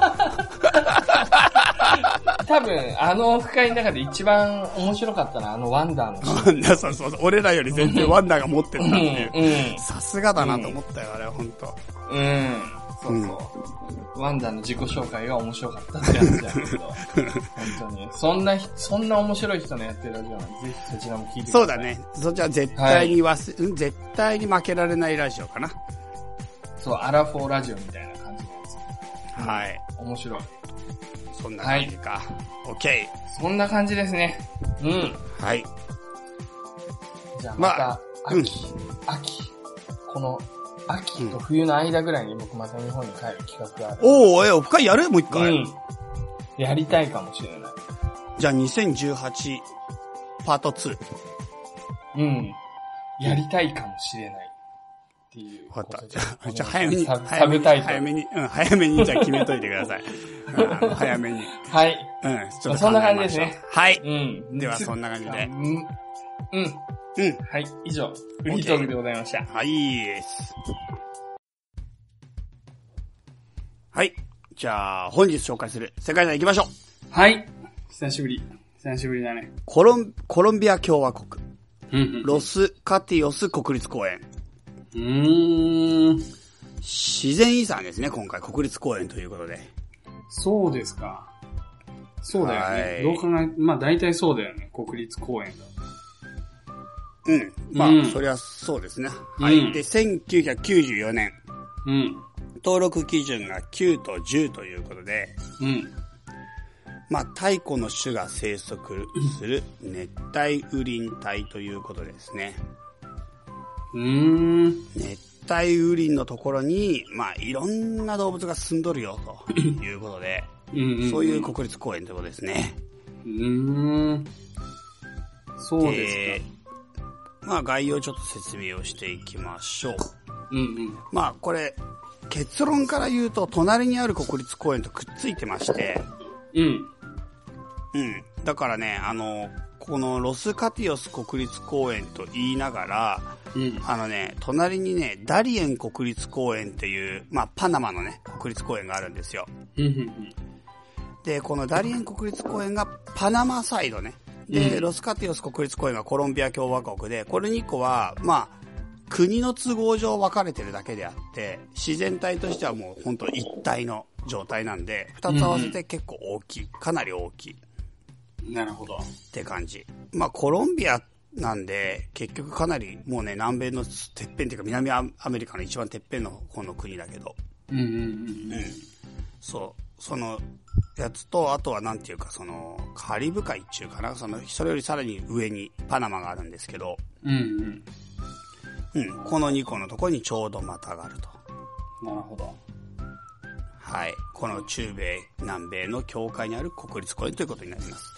Speaker 1: 多分、あの深い中で一番面白かったのはあのワンダーの
Speaker 2: ワンダーさん、そうそう、俺らより全然ワンダーが持ってたっ
Speaker 1: う
Speaker 2: て
Speaker 1: ん、
Speaker 2: いう。
Speaker 1: う
Speaker 2: さすがだなと思ったよ、あれは本当。
Speaker 1: ん、うん。そうそう。ワンダーの自己紹介が面白かったってやつだけど。本当 に。そんなひ、そんな面白い人のやってるラジオなんで、ぜひそちらも聞いてください。
Speaker 2: そうだ。ね。そっちは絶対に忘れ、うん絶対に負けられないラジオかな。
Speaker 1: そう、アラフォーラジオみたいな感じのや
Speaker 2: はい。
Speaker 1: つ。面白い。
Speaker 2: そんな感じか。オッケ
Speaker 1: そんな感じですね。うん。
Speaker 2: ー。はい。
Speaker 1: じゃあま
Speaker 2: ま
Speaker 1: た、
Speaker 2: うん
Speaker 1: 秋、秋、この、秋と冬の間ぐらいに僕また日本に帰る企画がある。
Speaker 2: おおえ、オフ会やるもう一
Speaker 1: う
Speaker 2: 回。
Speaker 1: ん。やりたいかもしれない。
Speaker 2: じゃあ2018、パート2。
Speaker 1: うん。やりたいかもしれない。っていう
Speaker 2: わ
Speaker 1: こ
Speaker 2: かっ
Speaker 1: とで。
Speaker 2: た。じゃあ、 じゃあ早めに、
Speaker 1: サブ
Speaker 2: 早めに、
Speaker 1: サブタイトル
Speaker 2: 早めに、うん、早めに、じゃあ決めといてくだ さい。うん、早めに。
Speaker 1: はい。
Speaker 2: うん、ちょっと考えましょう。
Speaker 1: そんな感じですね
Speaker 2: はい。
Speaker 1: うん。
Speaker 2: ではそんな感じで
Speaker 1: うん。うん。
Speaker 2: うん。
Speaker 1: はい。以上、フリートークでございました。
Speaker 2: はいです。はい。じゃあ、本日紹介する世界遺産行きましょう。
Speaker 1: はい。久しぶり。久しぶりだね。
Speaker 2: コロン、コロンビア共和国。
Speaker 1: うん。
Speaker 2: ロスカティオス国立公園。
Speaker 1: うん。
Speaker 2: 自然遺産ですね、今回。国立公園ということで。
Speaker 1: そうですか。そうだよね。ど
Speaker 2: は
Speaker 1: う
Speaker 2: い
Speaker 1: 考え、まあ大体そうだよね。国立公園だ。
Speaker 2: うん。まあ、
Speaker 1: うん
Speaker 2: そりゃそうですね。はい。
Speaker 1: うん
Speaker 2: で、1994年、
Speaker 1: うん。
Speaker 2: 登録基準が9と10ということで、
Speaker 1: うん。
Speaker 2: まあ、太古の種が生息する熱帯雨林帯ということですね。
Speaker 1: うーん。
Speaker 2: 熱帯雨林のところに、まあ、いろんな動物が住んどるよ、ということで、
Speaker 1: うんん。
Speaker 2: そういう国立公園ということですね。
Speaker 1: うーん。そうです
Speaker 2: でまあ、概要をちょっと説明をしていきましょう。
Speaker 1: か。うんうん。
Speaker 2: まあ、これ、結論から言うと、隣にある国立公園とくっついてまして、
Speaker 1: うん。
Speaker 2: うん。だからね、あの、このロスカティオス国立公園と言いながら、
Speaker 1: うん。
Speaker 2: あのね、隣にね、ダリエン国立公園っていう、まあ、パナマのね、国立公園があるんですよ。
Speaker 1: うんうん
Speaker 2: で、このダリエン国立公園がパナマサイドね。
Speaker 1: う
Speaker 2: で、
Speaker 1: ん
Speaker 2: ロスカティオス国立公園がコロンビア共和国で、これ2個は、まあ、国の都合上分かれてるだけであって、自然体としてはもう本当一体の状態なんで、二つ合わせて結構大きい。かなり大きいっ
Speaker 1: うん。なるほど。
Speaker 2: て感じ。まあ、コロンビアなんで、結局かなりもうね、南米のてっぺんっていうか南アメリカの一番てっぺんの方の国だけど、
Speaker 1: うんうん
Speaker 2: そう、そのやつと、あとはなんていうか、その、カリブ海っていうかな、その、それよりさらに上にパナマがあるんですけど、
Speaker 1: うん。うんうん。
Speaker 2: うん、この2個のところにちょうどまたがると。
Speaker 1: なるほど。
Speaker 2: はい。この中米、南米の境界にある国立公園ということになります。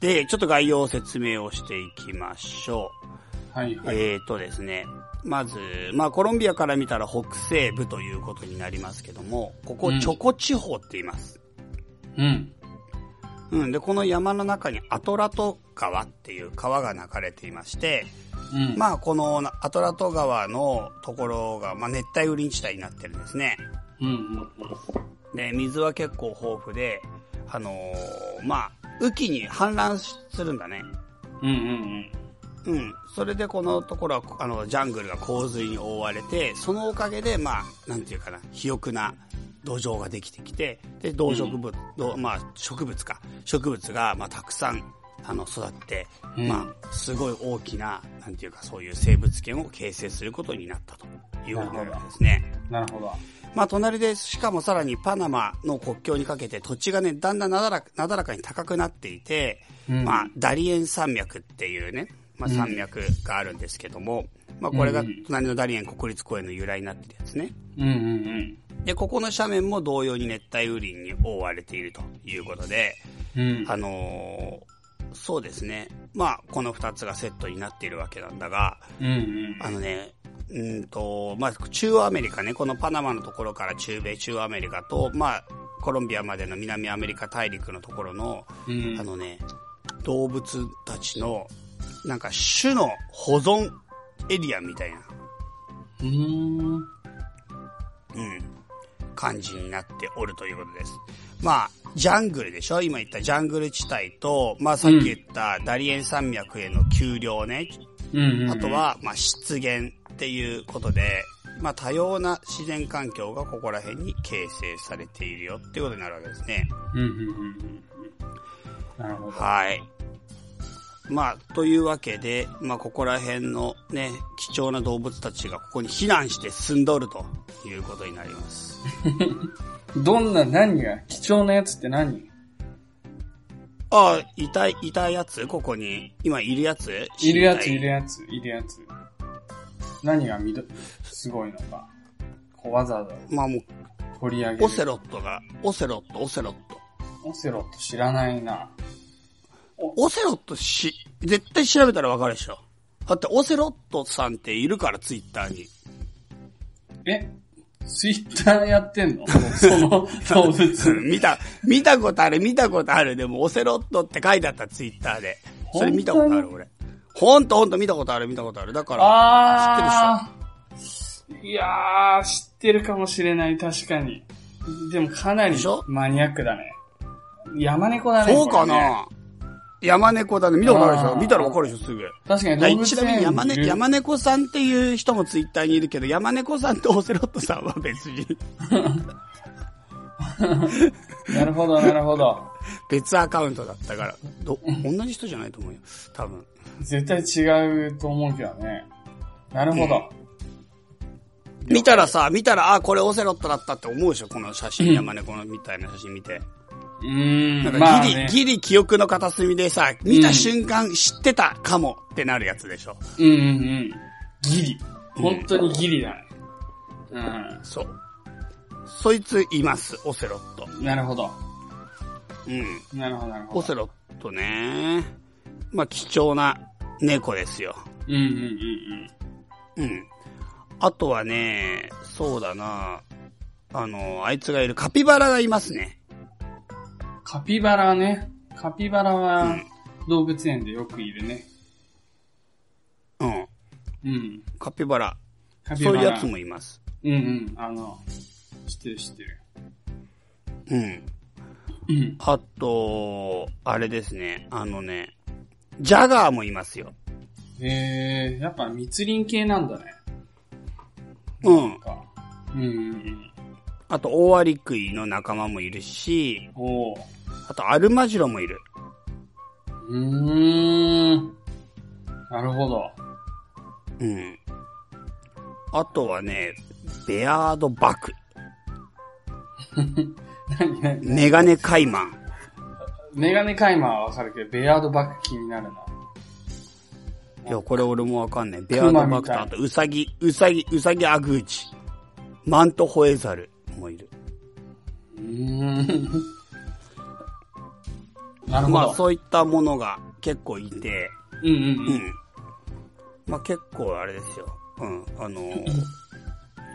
Speaker 2: で、ちょっと概要を説明をしていきましょう。
Speaker 1: はいはい。
Speaker 2: えーとですね、まず、まあコロンビアから見たら北西部ということになりますけども、ここ
Speaker 1: うん
Speaker 2: チョコ地方って言います。
Speaker 1: うん。
Speaker 2: うん、で、この山の中にアトラト川っていう川が流れていまして、
Speaker 1: うん。
Speaker 2: まあこのアトラト川のところが、まあ熱帯雨林地帯になってるんですね。
Speaker 1: うんうんうん。
Speaker 2: で、水は結構豊富で、あのーまあ、雨季に氾濫するんだね。
Speaker 1: うんうん
Speaker 2: うん。それでこのところは、あの、ジャングルが洪水に覆われて、そのおかげで、まあ、なんていうかな、肥沃な土壌ができてきて、で、動植物、どまあ、植物か。植物が、まあ、たくさん、あの、育って、
Speaker 1: うん
Speaker 2: まあ、すごい大きな、なんていうか、そういう生物圏を形成することになったということなんですね。
Speaker 1: うん。なるほど。
Speaker 2: まあ、隣で、しかもさらにパナマの国境にかけて土地がね、だんだんなだらかなだらかに高くなっていて、
Speaker 1: うん
Speaker 2: まあ、ダリエン山脈っていうね、まあ、山脈があるんですけども、まあ、これが隣のダリエン国立公園の由来になってるやつね。
Speaker 1: うんうん
Speaker 2: で、ここの斜面も同様に熱帯雨林に覆われているということで、
Speaker 1: うん。
Speaker 2: あのーそうですね。まあ、この二つがセットになっているわけなんだが、
Speaker 1: うんうん。
Speaker 2: あのね、うーんと、まあ、中央アメリカね、このパナマのところから中米、中央アメリカと、まあ、コロンビアまでの南アメリカ大陸のところの、
Speaker 1: うん
Speaker 2: あのね、動物たちの、なんか種の保存エリアみたいな、
Speaker 1: うん。
Speaker 2: うん、感じになっておるということです。まあ、ジャングルでしょ今言ったジャングル地帯と、まあさっき言ったダリエン山脈への丘陵ね、
Speaker 1: うんうん。
Speaker 2: あと、は、まあ、湿原っていうことで、まあ、多様な自然環境がここら辺に形成されているよっていうことになるわけですね。
Speaker 1: うんうんうんうん。なるほど。
Speaker 2: はい。まあ、というわけで、まあ、ここら辺のね、貴重な動物たちがここに避難して住んどるということになります。
Speaker 1: どんな、何が貴重なやつって何
Speaker 2: ああ、いた、いたやつここに。今いるやつ
Speaker 1: いるやつ、
Speaker 2: 知
Speaker 1: い
Speaker 2: りた
Speaker 1: るやつ、いるやつ。何がみど、すごいのか。こうわざわざ
Speaker 2: まあもう、
Speaker 1: 取り上げる。
Speaker 2: オセロットが、オセロット、オセロット。
Speaker 1: オセロって知らないな。
Speaker 2: オセロットし、絶対調べたらわかるでしょ。だって、オセロットさんっているから、ツイッターに。
Speaker 1: えツイッターやってんのその動 物。
Speaker 2: 見た、見たことある、見たことある。でも、オセロットって書いてあった、ツイッターで。それ見たことあ
Speaker 1: 本当
Speaker 2: る、俺。ほんとほんと見たことある、見たことある。だから、
Speaker 1: あー。いやー、知ってるかもしれない、確かに。でもかなり
Speaker 2: でしょ
Speaker 1: マニアックだね。山猫だね。
Speaker 2: そうかな、
Speaker 1: これね
Speaker 2: 山猫だね。見たことあるでし
Speaker 1: あ
Speaker 2: ょ
Speaker 1: ー
Speaker 2: 見たらわかるでしょ、すぐ。
Speaker 1: 確かに動
Speaker 2: だから
Speaker 1: 物
Speaker 2: ちなみ
Speaker 1: 園
Speaker 2: に山,、
Speaker 1: いる
Speaker 2: ね、山猫さんっていう人もツイッターにいるけど、山猫さんとオセロットさんは別に、
Speaker 1: なるほど、なるほど。
Speaker 2: 別アカウントだったから、ど、同じ人じゃないと思うよ。多分。
Speaker 1: 絶対違うと思うけどね。なるほど。
Speaker 2: 見たらさ、見たら、あ、これオセロットだったって思うでしょこの写真、山猫のみたいな写真見て。
Speaker 1: うー
Speaker 2: なん
Speaker 1: ん、
Speaker 2: か
Speaker 1: まあ、
Speaker 2: ギリ、
Speaker 1: ね。
Speaker 2: ギリ記憶の片隅でさ、見た瞬間知ってたかもってなるやつでしょ。
Speaker 1: うんうんうん。ギリ。本当にギリだね。う
Speaker 2: そう。そいついます、オセロット。
Speaker 1: ん。なるほど。
Speaker 2: うん。
Speaker 1: なるほど、なるほど。
Speaker 2: オセロットね。まあ、貴重な猫ですよ。
Speaker 1: うんうんうん
Speaker 2: うん。あとはね、そうだな。あの、あいつがいるカピバラがいますね。
Speaker 1: うん。カピバラね。カピバラ
Speaker 2: う
Speaker 1: は
Speaker 2: ん。
Speaker 1: 動物園でよくいるね。
Speaker 2: うん。
Speaker 1: うん。
Speaker 2: カピバラ。
Speaker 1: カピバ
Speaker 2: そう
Speaker 1: ラ。
Speaker 2: いうやつもいます。
Speaker 1: うんうん。あの、知ってる知ってる。
Speaker 2: うん。
Speaker 1: うん。
Speaker 2: あと、あれですね。あのね、ジャガーもいますよ。
Speaker 1: えー、やっぱ密林系なんだね。
Speaker 2: う
Speaker 1: なん
Speaker 2: ん。
Speaker 1: か。うんうんうん。
Speaker 2: あと、オオアリクイの仲間もいるし、
Speaker 1: おー。
Speaker 2: あと、アルマジロもいる。
Speaker 1: うーん。なるほど。
Speaker 2: うん。あとはね、ベアードバク、
Speaker 1: 何何
Speaker 2: メガネカイマン。
Speaker 1: メガネカイマーはわかるけど、ベアードバック気になるな。
Speaker 2: いや、これ俺もわかんない。ベアードバクと、あと、ウサギ、ウサギ、ウサギアグーチ、マントホエザルもいる。
Speaker 1: うーん。 なるほど。
Speaker 2: まあ、そういったものが結構いて、
Speaker 1: うんうんう。
Speaker 2: うんん。まあ結構あれですよ。うん。あのー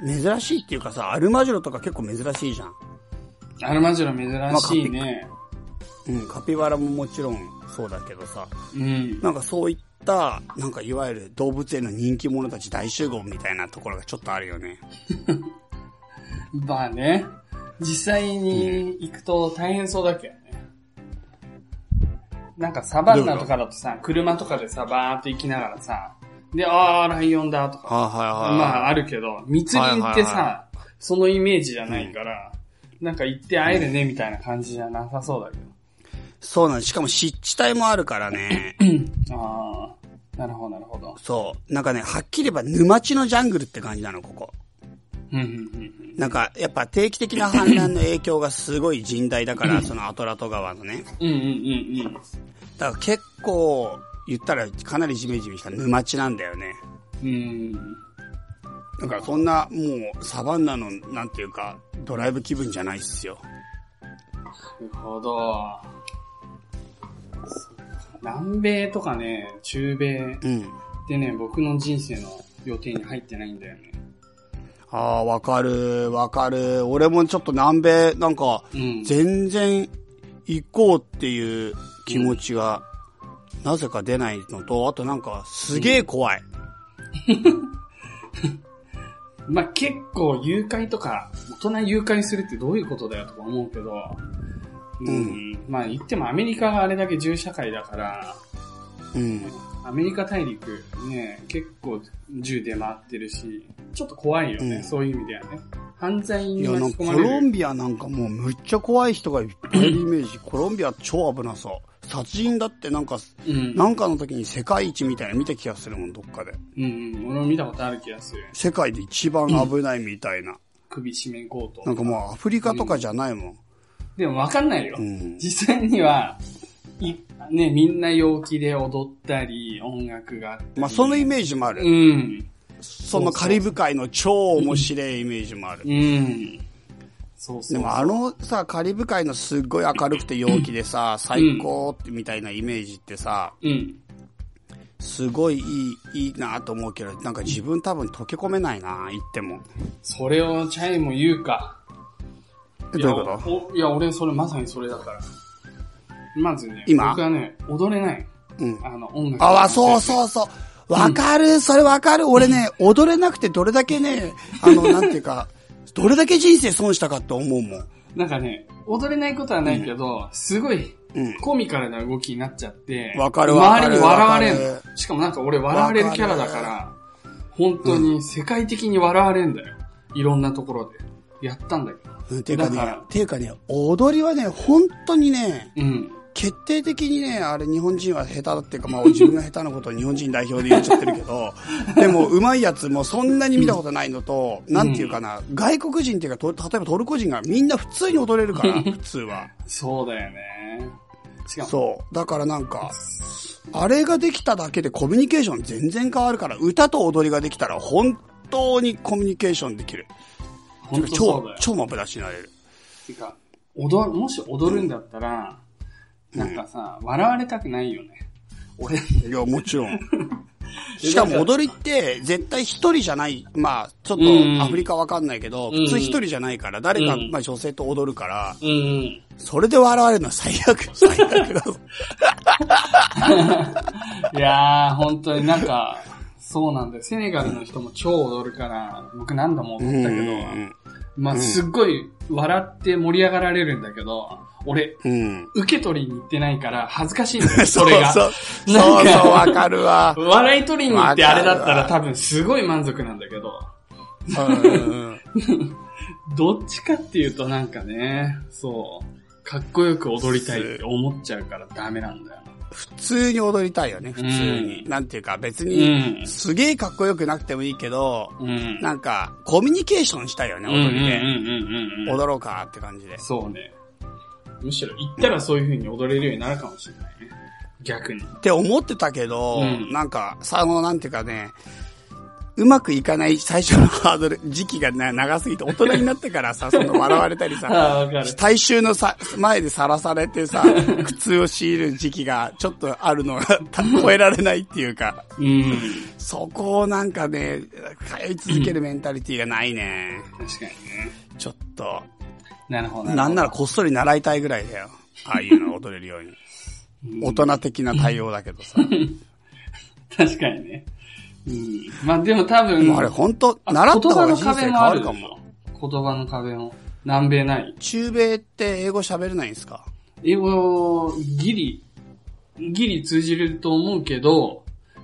Speaker 2: 珍しいっていうかさ、アルマジロとか結構珍しいじゃん。
Speaker 1: アルマジロ珍しいね。
Speaker 2: うん。カピバラももちろんそうだけどさ、
Speaker 1: うん。
Speaker 2: なんかそういった、なんかいわゆる動物園の人気者たち大集合みたいなところがちょっとあるよね。
Speaker 1: まあね。実際に行くと大変そうだけどね。なんかサバンナとかだとさ、車とかでさ、バーっと行きながらさ、で、あー、ライオンだとか、
Speaker 2: はいはい
Speaker 1: まああるけど、密林って
Speaker 2: はいはい
Speaker 1: さ、そのイメージじゃないから、なんか行って会えるねみたいな感じじゃなさそうだけど。
Speaker 2: そうなんです。しかも湿地帯もあるからね。
Speaker 1: ああ、なるほど、なるほど。
Speaker 2: そう。なんかね、はっきり言えば沼地のジャングルって感じなの、ここ。
Speaker 1: うん、うん、
Speaker 2: なんか、やっぱ定期的な氾濫の影響がすごい甚大だから、そのアトラト川のね。
Speaker 1: うん、うん、うん、うん
Speaker 2: だから結構、言ったらかなりジメジメした沼地なんだよね。
Speaker 1: うん、
Speaker 2: だからそんな、もう、サバンナの、なんていうか、ドライブ気分じゃないっすよ。
Speaker 1: なるほど。南米とかね、中米
Speaker 2: うん。
Speaker 1: でね、僕の人生の予定に入ってないんだよね。
Speaker 2: ああ、わかる、わかる。俺もちょっと南米、なんか、
Speaker 1: うん。
Speaker 2: 全然行こうっていう気持ちが、なぜか出ないのと、あとなんか、すげえ怖い。
Speaker 1: まあ、結構誘拐とか、大人誘拐するってどういうことだよとか思うけど、うん。まあ、言ってもアメリカがあれだけ銃社会だから、
Speaker 2: うん。
Speaker 1: アメリカ大陸ね、結構銃出回ってるし、ちょっと怖いよね、
Speaker 2: うん
Speaker 1: そういう意味ではね。犯罪
Speaker 2: い
Speaker 1: に
Speaker 2: や、な
Speaker 1: 巻
Speaker 2: ん
Speaker 1: き
Speaker 2: か
Speaker 1: 込
Speaker 2: コ
Speaker 1: まれる。
Speaker 2: ロンビアなんかもうむっちゃ怖い人がいっぱいいるイメ ージ。コロンビア超危なそう。殺人だってなんか、
Speaker 1: うん。
Speaker 2: なんかの時に世界一みたいなの見た気がするもん、どっかで。
Speaker 1: うんうん。俺も見たことある気がする。
Speaker 2: 世界で一番危ないみたいな。
Speaker 1: 首絞め強盗。
Speaker 2: なんかもうアフリカとかじゃないもん。
Speaker 1: でもわかんないよ。
Speaker 2: うん
Speaker 1: 実際には、い、ね、みんな陽気で踊ったり、音楽があって。
Speaker 2: まあそのイメージもある。
Speaker 1: うん。
Speaker 2: そのカリブ海の超面白いイメージもある。
Speaker 1: うん。そうそう。
Speaker 2: でもあのさ、カリブ海のすっごい明るくて陽気でさ、最高ってみたいなイメージってさ、
Speaker 1: うん。
Speaker 2: すごいいい、いいなと思うけど、なんか自分多分溶け込めないな、言っても。
Speaker 1: それをチャイも言うか。
Speaker 2: えどういうこと
Speaker 1: といや、俺、それ、まさにそれだから。まずね、
Speaker 2: 今
Speaker 1: 僕はね、踊れない。
Speaker 2: うん
Speaker 1: あの、音楽。
Speaker 2: あわ、そうそうそう。わかる、それわかる。俺ね、踊れなくてどれだけね、あの、なんていうか、どれだけ人生損したかって思うもん。
Speaker 1: なんかね、踊れないことはないけど、すごい
Speaker 2: うん、
Speaker 1: コミカルな動きになっちゃって、
Speaker 2: わかるわか
Speaker 1: 周
Speaker 2: る
Speaker 1: りに笑われん
Speaker 2: わか
Speaker 1: の。しかもなんか俺笑われるキャラだから、本当に世界的に笑われんだよ。いろんなところで。やったんだけど。
Speaker 2: うんていうか
Speaker 1: だか
Speaker 2: ね
Speaker 1: ら、
Speaker 2: ていうかね、踊りはね、本当にね、
Speaker 1: うん。
Speaker 2: 決定的にね、あれ日本人は下手だっていうか、まあ 自分が下手なことを日本人代表で言っちゃってるけど、 でもうまいやつもそんなに見たことないのと、なんていうかな、外国人っていうか、と例えばトルコ人がみんな普通に踊れるから、普通は。
Speaker 1: そうだよね。しかも、
Speaker 2: そう。だからなんか、あれができただけでコミュニケーション全然変わるから、歌と踊りができたら本当にコミュニケーションできる。
Speaker 1: 本当そう
Speaker 2: 超
Speaker 1: だよ、。
Speaker 2: 超マブダシになれる。
Speaker 1: てか、踊る、もし踊るんだったら、なんかさ、笑われたくないよね。俺、
Speaker 2: いや、もち ろん。しかも踊りって、絶対一人じゃない。まあ、ちょっとアフリカわかんないけど、
Speaker 1: うん
Speaker 2: 普通一人じゃないから、誰か
Speaker 1: う、ん
Speaker 2: まあ女性と踊るから、
Speaker 1: うん。
Speaker 2: それで笑われるのは最悪、 最悪だぞ。
Speaker 1: いやー、本当になんか、そうなんだよ。セネガルの人も超踊るから、僕何度も踊ったけど、まあ、すっごい笑って盛り上がられるんだけど、俺、
Speaker 2: うん。
Speaker 1: 受け取りに行ってないから恥ずかしいんだよ、
Speaker 2: そ
Speaker 1: そうれが。
Speaker 2: そう。そうそう、わかるわ。
Speaker 1: 笑い取りに行って
Speaker 2: わか
Speaker 1: あ
Speaker 2: る
Speaker 1: れ
Speaker 2: わ
Speaker 1: だったら多分すごい満足なんだけど、
Speaker 2: うんうんうん
Speaker 1: どっちかっていうとなんかね、そう、かっこよく踊りたいって思っちゃうからダメなんだよ。
Speaker 2: 普通に踊りたいよね、普通に。
Speaker 1: うん
Speaker 2: なんていうか、別
Speaker 1: う
Speaker 2: に、
Speaker 1: ん。
Speaker 2: すげえかっこよくなくてもいいけど、
Speaker 1: うん。
Speaker 2: なんか、コミュニケーションしたいよね、
Speaker 1: うんうん
Speaker 2: 踊り
Speaker 1: う
Speaker 2: で。
Speaker 1: んうんうんうん。
Speaker 2: 踊ろうかって感じで。
Speaker 1: そうね。むしろ行ったらそういう風に踊れるようになるかもしれないね。逆に。
Speaker 2: って思ってたけど、
Speaker 1: うん
Speaker 2: なんか、さ、あの、なんていうかね、うまくいかない最初のハードル、 時期がな長すぎて、大人になってから さ、その笑われたり
Speaker 1: ああ、
Speaker 2: さ、
Speaker 1: わかる。
Speaker 2: 大衆のさ、前でさらされて さ、苦痛を強いる時期がちょっとあるのが、た超えられないっていうか、
Speaker 1: うん。
Speaker 2: そこをなんかね、通い続けるメンタリティがないね。
Speaker 1: 確かにね。
Speaker 2: ちょっと、
Speaker 1: なるほど。
Speaker 2: なんならこっそり習いたいぐらいだよ。ああいうの踊れるように。大人的な対応だけどさ。
Speaker 1: 確かにね。うん。まあでも多
Speaker 2: で
Speaker 1: 分、
Speaker 2: もあれ本当習った
Speaker 1: 言
Speaker 2: 方
Speaker 1: 葉
Speaker 2: が
Speaker 1: の
Speaker 2: 人生
Speaker 1: 壁
Speaker 2: 変
Speaker 1: もあ
Speaker 2: わ
Speaker 1: る
Speaker 2: る
Speaker 1: か
Speaker 2: か
Speaker 1: も
Speaker 2: も。。
Speaker 1: 言葉の壁も。南米ない。
Speaker 2: 中米って英語喋れないんですか
Speaker 1: 英語、ギリ、ギリ通じると思うけど、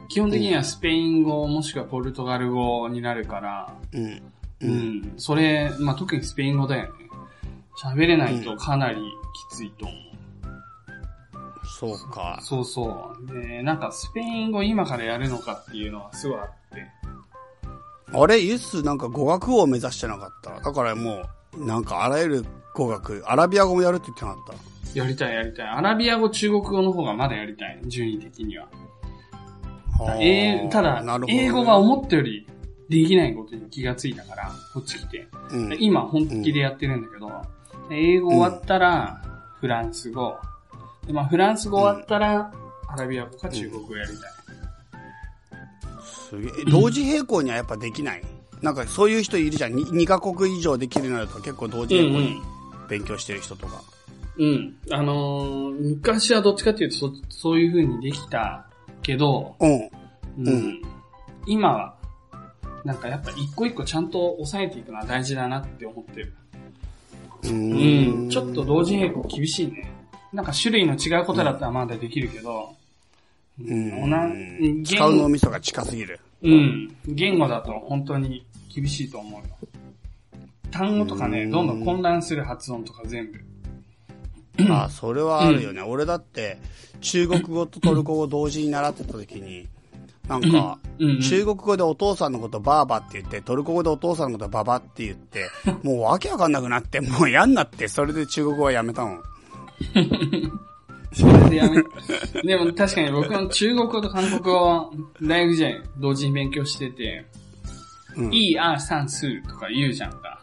Speaker 1: 基本的にはスペイン語もしくはポルトガル語になるから、
Speaker 2: うん。
Speaker 1: うん。それ、まあ特にスペイン語だよね。喋れないとかなりきついと思う。
Speaker 2: そうか。
Speaker 1: そうそう。で、なんかスペイン語今からやるのかっていうのはすごいあって。
Speaker 2: あれ、ユスなんか語学王を目指してなかった。だからもう、なんかあらゆる語学、アラビア語もやるって言ってなかっ
Speaker 1: やりたいやりたい。アラビア語、中国語の方がまだやりたい。順位的には。
Speaker 2: た。あー
Speaker 1: えーただ、
Speaker 2: なるほどね
Speaker 1: 英語が思ったよりできないことに気がついたから、こっち来て。
Speaker 2: うん
Speaker 1: で今、本気でやってるんだけど、英語終わったら、フランス語。でまあ、フランス語終わったら、アラビア語か中国語やりたい。
Speaker 2: すげえ同時並行にはやっぱできないなんかそういう人いるじゃん 2, カ国以上できるようになると結構同時並行に勉強してる人とか、
Speaker 1: うん。あのー昔はどっちかっていうとそ、そういう風にできたけど、
Speaker 2: うん
Speaker 1: うん。
Speaker 2: うん
Speaker 1: 今は、なんかやっぱ一個一個ちゃんと抑えていくのは大事だなって思ってる。
Speaker 2: う
Speaker 1: うんん。ちょっと同時並行厳しいね。なんか種類の違うことだったらまだできるけど、
Speaker 2: うん
Speaker 1: な言
Speaker 2: 使う脳
Speaker 1: 語
Speaker 2: みそが近すぎる
Speaker 1: うん。言語だと本当に厳しいと思うよ。単語とかね、
Speaker 2: うん
Speaker 1: どんどん混乱する発音とか全部。
Speaker 2: あそれはあるよね、俺だって中国語とトルコ語同時に習ってた時になんか、
Speaker 1: うんうん
Speaker 2: 中国語でお父さんのことバーバって言って、トルコ語でお父さんのことババって言 って、もうわけわかんなくなって、もう嫌になって、それで中国語はやめたもん。
Speaker 1: それでやめ、でも確かに僕の中国語と韓国語は大学時代同時に勉強してて、
Speaker 2: うん。
Speaker 1: いい、あ、さん、すとか言うじゃんか。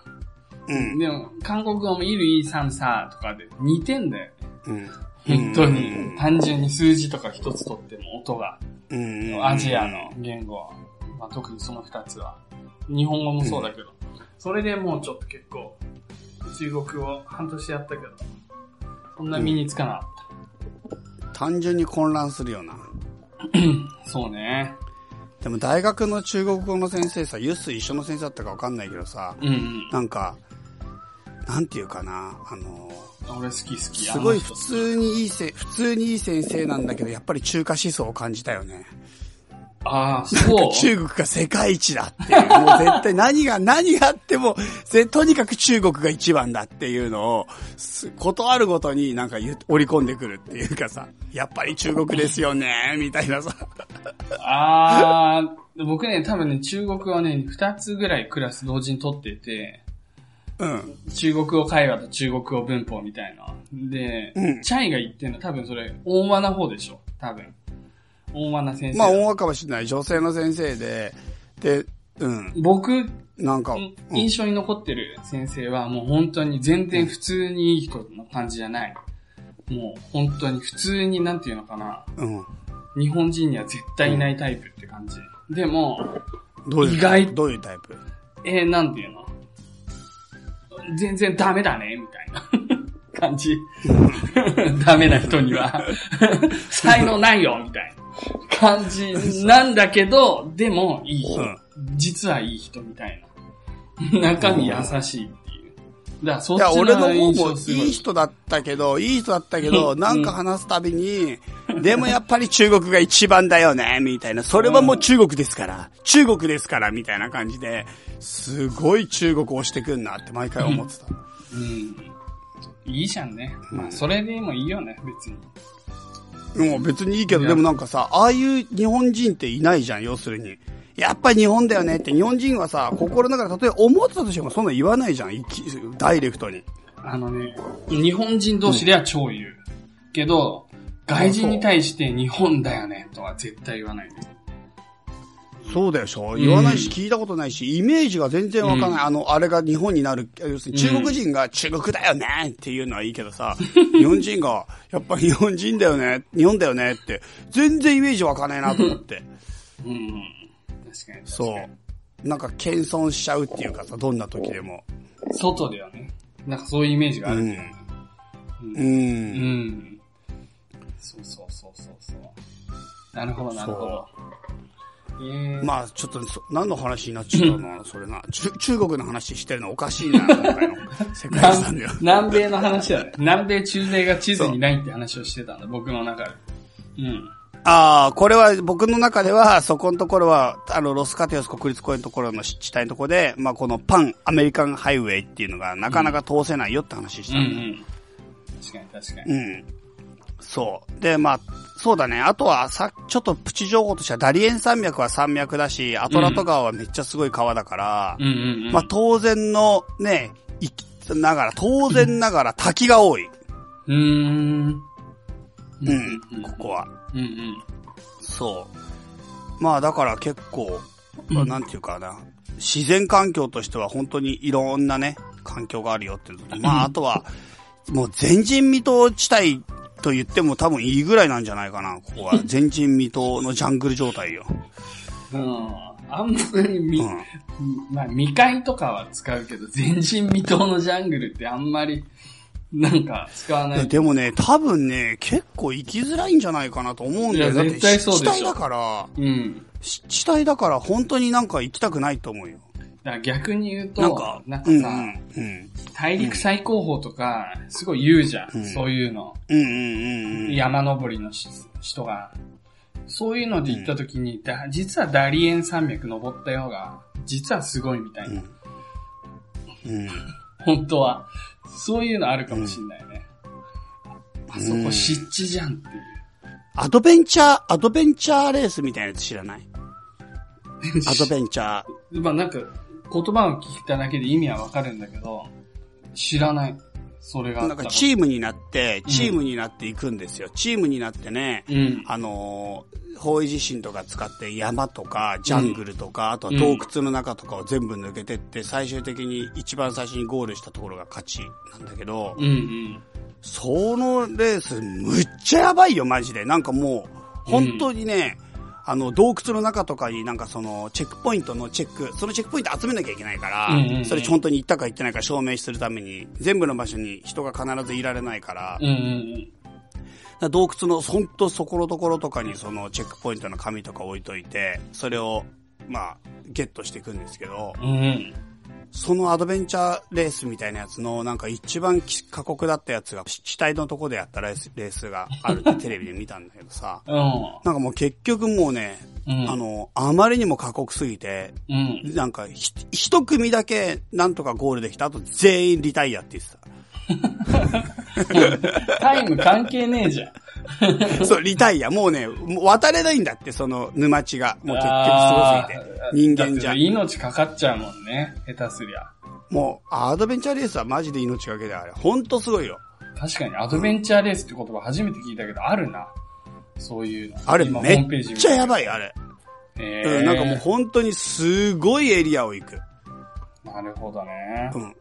Speaker 2: うん。
Speaker 1: でも、韓国語もいる、いい、さん、さとかで似てんだよ。
Speaker 2: うん。
Speaker 1: 本当に
Speaker 2: うん。
Speaker 1: 単純に数字とか一つとっても音が。
Speaker 2: うんうん
Speaker 1: アジアの言語は、まあ、特にその二つは。日本語もそうだけど。それでもうちょっと結構、中国語半年やったけど、そんな身につかなかっ
Speaker 2: 単純に混乱するよな。
Speaker 1: た。そうね。
Speaker 2: でも大学の中国語の先生さ、ユッス一緒の先生だったかわかんないけどさ、
Speaker 1: うんうん。
Speaker 2: なんか、なんていうかな、あの、
Speaker 1: 俺好き好き。
Speaker 2: すごい
Speaker 1: あ
Speaker 2: 普
Speaker 1: の人
Speaker 2: 通にいいせ、普通にいい先生なんだけど、やっぱり中華思想を感じたよね。
Speaker 1: ああ、そう。
Speaker 2: 中国が世界一だっていう、もう絶対何が、何があっても、ぜとにかく中国が一番だっていうのを、すことあるごとになんか言う織り込んでくるっていうかさ、やっぱり中国ですよね、みたいなさ。
Speaker 1: ああ、僕ね、多分ね、中国はね、二つぐらいクラス同時に取ってて、
Speaker 2: うん。
Speaker 1: 中国語会話と中国語文法みたいな。で、
Speaker 2: うん
Speaker 1: チャイが言ってんの多分それ、大和な方でしょ多分。大和な先生。
Speaker 2: まあ、大和かもしれない。女性の先生で、で、うん。
Speaker 1: 僕、
Speaker 2: なんか、うん
Speaker 1: 印象に残ってる先生は、もう本当に全然普通にいい人の感じじゃない。もう本当に普通に、なんていうのかな。
Speaker 2: うん。
Speaker 1: 日本人には絶対いないタイプって感じ。でも、
Speaker 2: どういう
Speaker 1: 意外
Speaker 2: どういうタイプ
Speaker 1: えー、なんていうの全然ダメだね、みたいな感じ。ダメな人には才能ないよ、みたいな感じなんだけど、でもいい人。
Speaker 2: うん
Speaker 1: 実はいい人みたいな。中身優しいっていう。だからそ
Speaker 2: い
Speaker 1: っ
Speaker 2: や、
Speaker 1: ち
Speaker 2: 俺
Speaker 1: の
Speaker 2: の方
Speaker 1: 印象
Speaker 2: も
Speaker 1: すごい。
Speaker 2: いい人だったけど、いい人だったけど、
Speaker 1: うん
Speaker 2: なんか話すたびに、でもやっぱり中国が一番だよね、みたいな。それはもう中国ですから、中国ですから、みたいな感じで、すごい中国を押してくんなって毎回思ってた。
Speaker 1: うん。いいじゃんね。まあ、それでもいいよね、別に。
Speaker 2: もう別にいいけ
Speaker 1: い
Speaker 2: ど、
Speaker 1: や
Speaker 2: でもなんかさ、ああいう日本人っていないじゃん、要するに。やっぱり日本だよねって、日本人はさ、心の中で、例えば思ってたとしてもそんな言わないじゃん、いきダイレクトに。
Speaker 1: あのね、日本人同士では超言う。けど、外人に対して日本だよねとは絶対言わないね。
Speaker 2: そうでしょ
Speaker 1: ん
Speaker 2: 言わないし、聞いたことないし、イメージが全然わかんない。あの、あれが日本になる。要するに中国人が中国だよねっていうのはいいけど さ、日本人が、やっぱ日本人だよね、日本だよねって、全然イメージわかんないなと思って。
Speaker 1: うんうん。確かに。
Speaker 2: そう。なんか謙遜しちゃうっていうかさ、どんな時でも。
Speaker 1: 外ではね、なんかそういうイメージがあるんだよね。
Speaker 2: う。
Speaker 1: うんん。そうそうそうそうそう。なるほど、なるほど。えー、
Speaker 2: まあ、ちょっとそ、何の話になっちゃったのそれな。中中国の話してるのおかしいな、今回の。世界遺産だよ。
Speaker 1: 南米の話だね。南米中米が地図にないって話をしてたんだ、僕の中で。うん。
Speaker 2: ああ、これは僕の中では、そこのところは、あの、ロスカテオス国立公園のところの湿地帯のところで、まあ、このパン、アメリカンハイウェイっていうのがなかなか通せないよって話し
Speaker 1: うん
Speaker 2: た
Speaker 1: う
Speaker 2: のね、
Speaker 1: ん。確かに確か
Speaker 2: う
Speaker 1: に。
Speaker 2: ん、そう。で、まあ、そうだね。あとは、さ、ちょっとプチ情報としては、ダリエン山脈は山脈だし、アトラト川はめっちゃすごい川だから、
Speaker 1: うんうんうん。
Speaker 2: まあ、当然の、ね、いき、ながら、当然ながら滝が多い。
Speaker 1: うーん。う
Speaker 2: うん、ここは。
Speaker 1: うんうん。
Speaker 2: そう。まあだから結構、まあなんていうかな、自然環境としては本当にいろんなね、環境があるよっていうのとまああとは、もう前人未到地帯と言っても多分いいぐらいなんじゃないかな、ここ は。前人未到のジャングル状態よ。
Speaker 1: うん。あんまりみ、
Speaker 2: うん
Speaker 1: まあ未開とかは使うけど、前人未到のジャングルってあんまり、なんか使わない
Speaker 2: や
Speaker 1: い。
Speaker 2: でもね、多分ね、結構行きづらいんじゃないかなと思うんだよ。
Speaker 1: いや
Speaker 2: だって
Speaker 1: 絶対そうでしょ
Speaker 2: 湿地帯だから、
Speaker 1: うん。
Speaker 2: 湿地帯だから本当になんか行きたくないと思うよ。
Speaker 1: だから逆に言うと、
Speaker 2: なんか、
Speaker 1: なんか
Speaker 2: うんう
Speaker 1: さ、
Speaker 2: ん、うん。
Speaker 1: 大陸最高峰とか、すごい言うじゃん。
Speaker 2: うん
Speaker 1: そういうの。
Speaker 2: うんうんうんうん。
Speaker 1: 山登りのし人が。そういうので行った時に、だ実はダリエン山脈登ったようが、実はすごいみたいな。
Speaker 2: うん、
Speaker 1: 本当は。そういうのあるかもしんないね。あそこ湿地じゃんっていう。
Speaker 2: アドベンチャー、アドベンチャーレースみたいなやつ知らないアドベンチャー。
Speaker 1: まあなんか、言葉を聞いただけで意味はわかるんだけど、知らない。それがあっ
Speaker 2: な
Speaker 1: たこ
Speaker 2: んか
Speaker 1: と。
Speaker 2: チームになって、チームになっていくんですよ。チームになってね、
Speaker 1: うん。
Speaker 2: あのー方位地震とか使って山とかジャングルとか、あとは洞窟の中とかを全部抜けてって、最終的に一番最初にゴールしたところが勝ちなんだけど、
Speaker 1: うんうん。
Speaker 2: そのレースむっちゃやばいよ、マジで。なんかもう、本当にね、あの、洞窟の中とかになんかその、チェックポイントのチェック、そのチェックポイント集めなきゃいけないから、
Speaker 1: うんうんうん
Speaker 2: それ本当に行ったか行ってないか証明するために、全部の場所に人が必ずいられないから、
Speaker 1: うんうん
Speaker 2: だから洞窟のほんとそこのところとかにそのチェックポイントの紙とか置いといて、それを、まあ、ゲットしていくんですけど、
Speaker 1: うん。うん
Speaker 2: そのアドベンチャーレースみたいなやつの、なんか一番き過酷だったやつが、死体のとこでやったレースレースがあるってテレビで見たんだけどさ、
Speaker 1: うん。
Speaker 2: なんかもう結局もうね、
Speaker 1: うん。
Speaker 2: あ、の、あまりにも過酷すぎて、
Speaker 1: うん。
Speaker 2: なんかひ一組だけなんとかゴールできた後全員リタイアって言ってた。
Speaker 1: タイム関係ねえじゃん。
Speaker 2: そう、リタイア。もうね、もう渡れないんだって、その沼地が。もう結
Speaker 1: あ
Speaker 2: 局す
Speaker 1: ー
Speaker 2: ごすぎて。人間じ
Speaker 1: だっ
Speaker 2: ゃ
Speaker 1: て。命かかっちゃうもんね。下手すりゃ。
Speaker 2: もう、アドベンチャーレースはマジで命がけだよ、あれ。ほんとすごいよ。
Speaker 1: 確かにアドベンチャーレースって言葉初めて聞いたけど、あるな。そういうの。
Speaker 2: あれ
Speaker 1: 今
Speaker 2: め
Speaker 1: ホームページ
Speaker 2: っ
Speaker 1: 見
Speaker 2: ち
Speaker 1: た
Speaker 2: ゃやばい、あれ。
Speaker 1: えー
Speaker 2: うん、なんかもう本当にすごいエリアを行く。
Speaker 1: なるほどね
Speaker 2: う。ん。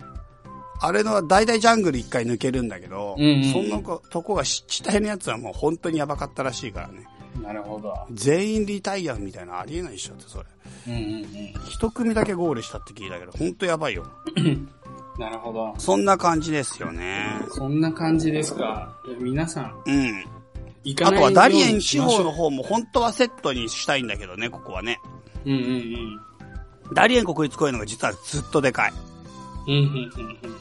Speaker 2: あれの、大体ジャングル一回抜けるんだけど、
Speaker 1: うんうんうん
Speaker 2: そんなとこが湿地帯のやつはもう本当にやばかったらしいからね。
Speaker 1: なるほど。
Speaker 2: 全員リタイアみたいなのありえないでしょって、それ。
Speaker 1: うんうんうん。
Speaker 2: 一組だけゴールしたって聞いたけど、本当やばいよ。
Speaker 1: なるほど。
Speaker 2: そんな感じですよね。
Speaker 1: そんな感じですか。いや皆さん、
Speaker 2: うん。
Speaker 1: 行か
Speaker 2: あ
Speaker 1: ないよ
Speaker 2: と
Speaker 1: う
Speaker 2: は
Speaker 1: に
Speaker 2: ダリエン地
Speaker 1: しまし
Speaker 2: 方
Speaker 1: ょ
Speaker 2: の方も本当はセットにしたいんだけどね、ここはね。
Speaker 1: う。うんうんうん。
Speaker 2: ダリエン国立公園の方が実はずっとでかい。
Speaker 1: うんうんうんうん。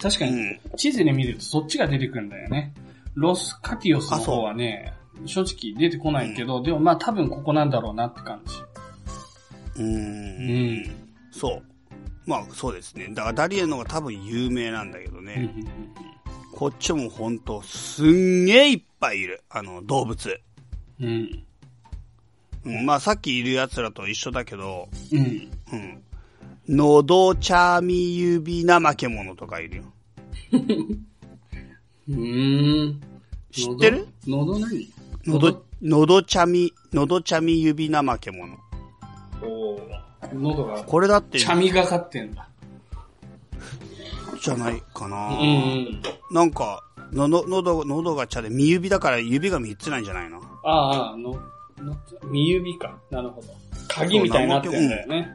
Speaker 1: 確か
Speaker 2: う
Speaker 1: に、
Speaker 2: ん。
Speaker 1: 地図で見るとそっちが出てくるんだよね。ロスカティオスの方はね、正直出てこないけど、でもまあ多分ここなんだろうなって感じ。
Speaker 2: う。
Speaker 1: うんん。
Speaker 2: そう。まあそうですね。だからダリエンの方が多分有名なんだけど
Speaker 1: うんうん
Speaker 2: ね。
Speaker 1: うん
Speaker 2: こっちも本当すんげえいっぱいいる。あの、動物。
Speaker 1: うん。うん。
Speaker 2: うん、まあさっきいる奴らと一緒だけど、
Speaker 1: うん。
Speaker 2: うん。のどちゃみゆびなまけものとかいるよ。
Speaker 1: うーん。
Speaker 2: 知ってる
Speaker 1: 喉喉何
Speaker 2: のど、のどちゃみ、のどちゃみゆびなまけもの。
Speaker 1: おー喉が、
Speaker 2: これだって、
Speaker 1: ちゃみがかってんだ。
Speaker 2: じゃないかな。
Speaker 1: うんうん。
Speaker 2: なんか、の、の、喉、喉が茶で、身指だから指が3つなんじゃないの
Speaker 1: ああ、の、の、身指か。なるほど。鍵みたいになってんだよね。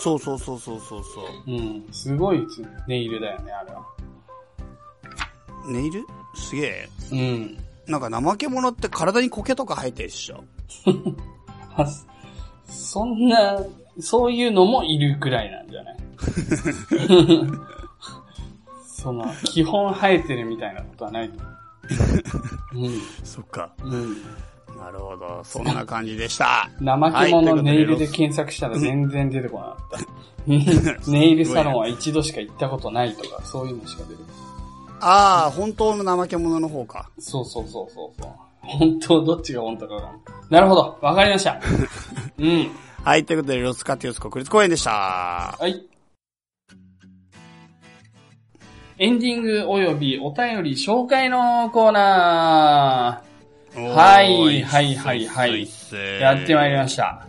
Speaker 2: そうそうそうそうそうそ
Speaker 1: うん。すごいつネイルだよね、あれは。
Speaker 2: う。ネイルすげえ。
Speaker 1: うん。
Speaker 2: なんか怠け者って体に苔とか生えてるっしょ。
Speaker 1: あそそんな、そういうのもいるくらいなんじゃない その、基本生えてるみたいなことはないと思
Speaker 2: そっか。
Speaker 1: う。うん。うん。
Speaker 2: なるほど。そんな感じでした。
Speaker 1: 怠け者ネイルで
Speaker 2: はいということで
Speaker 1: 検索したら全然出てこなか った。ネイルサロンは一度しか行ったことないとか、そういうのしか出てこない。
Speaker 2: ああ、本当の怠け者の方か。
Speaker 1: そうそうそうそうそう。本当、どっちが本当かわからん。なるほど、わかりま した。うん。
Speaker 2: はい、ということで、ロスカティオス国立公園でした。
Speaker 1: はい。エンディングおよびお便り紹介のコーナはい
Speaker 2: おー
Speaker 1: はいはいはい
Speaker 2: すす
Speaker 1: ーやってまいりました。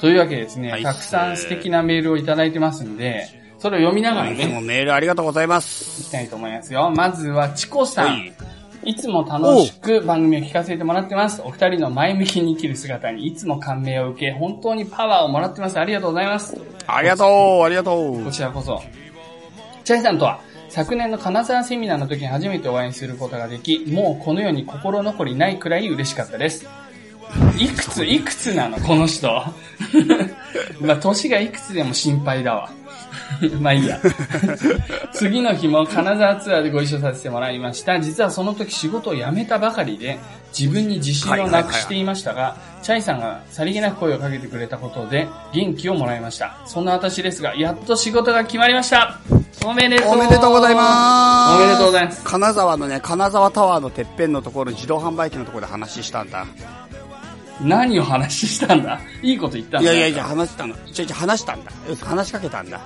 Speaker 1: というわけでですね、
Speaker 2: はい
Speaker 1: たくさん素敵なメールをいただいてますんで、それを読みながら
Speaker 2: いつも
Speaker 1: ね、
Speaker 2: メールありがとうございま
Speaker 1: いき
Speaker 2: す。
Speaker 1: たいと思いますよ。まずは、チコさ
Speaker 2: は
Speaker 1: ん。
Speaker 2: い。
Speaker 1: いつも楽しく番組を聞かせてもらってます。お二人の前向きに生きる姿にいつも感銘を受け、本当にパワーをもらってます。ありがとうございます。
Speaker 2: ありがとう、ありがと
Speaker 1: こ
Speaker 2: う。
Speaker 1: ちらこそ。チャイさんとは、昨年の金沢セミナーの時に初めてお会いすることができ、もうこの世に心残りないくらい嬉しかったです。いくつ、いくつなの、この人。 まあ、年がいくつでも心配だわ。 まあいいや。 次の日も金沢ツアーでご一緒させてもらいました。実はその時仕事を辞めたばかりで、自分に自信をなくしていましたが、チャイさんがさりげなく声をかけてくれたことで元気をもらいました。そんな私ですが、やっと仕事が決まりましたおめでとう
Speaker 2: おめでとうございます。
Speaker 1: おめでとうございます。
Speaker 2: 金沢のね、金沢タワーのてっぺんのところ、自動販売機のところで話したんだ。
Speaker 1: 何を話したんだいいこと言ったん
Speaker 2: い
Speaker 1: だ
Speaker 2: やいやいや、話したの。ちょいちょい話したんだ。話しかけたんだ。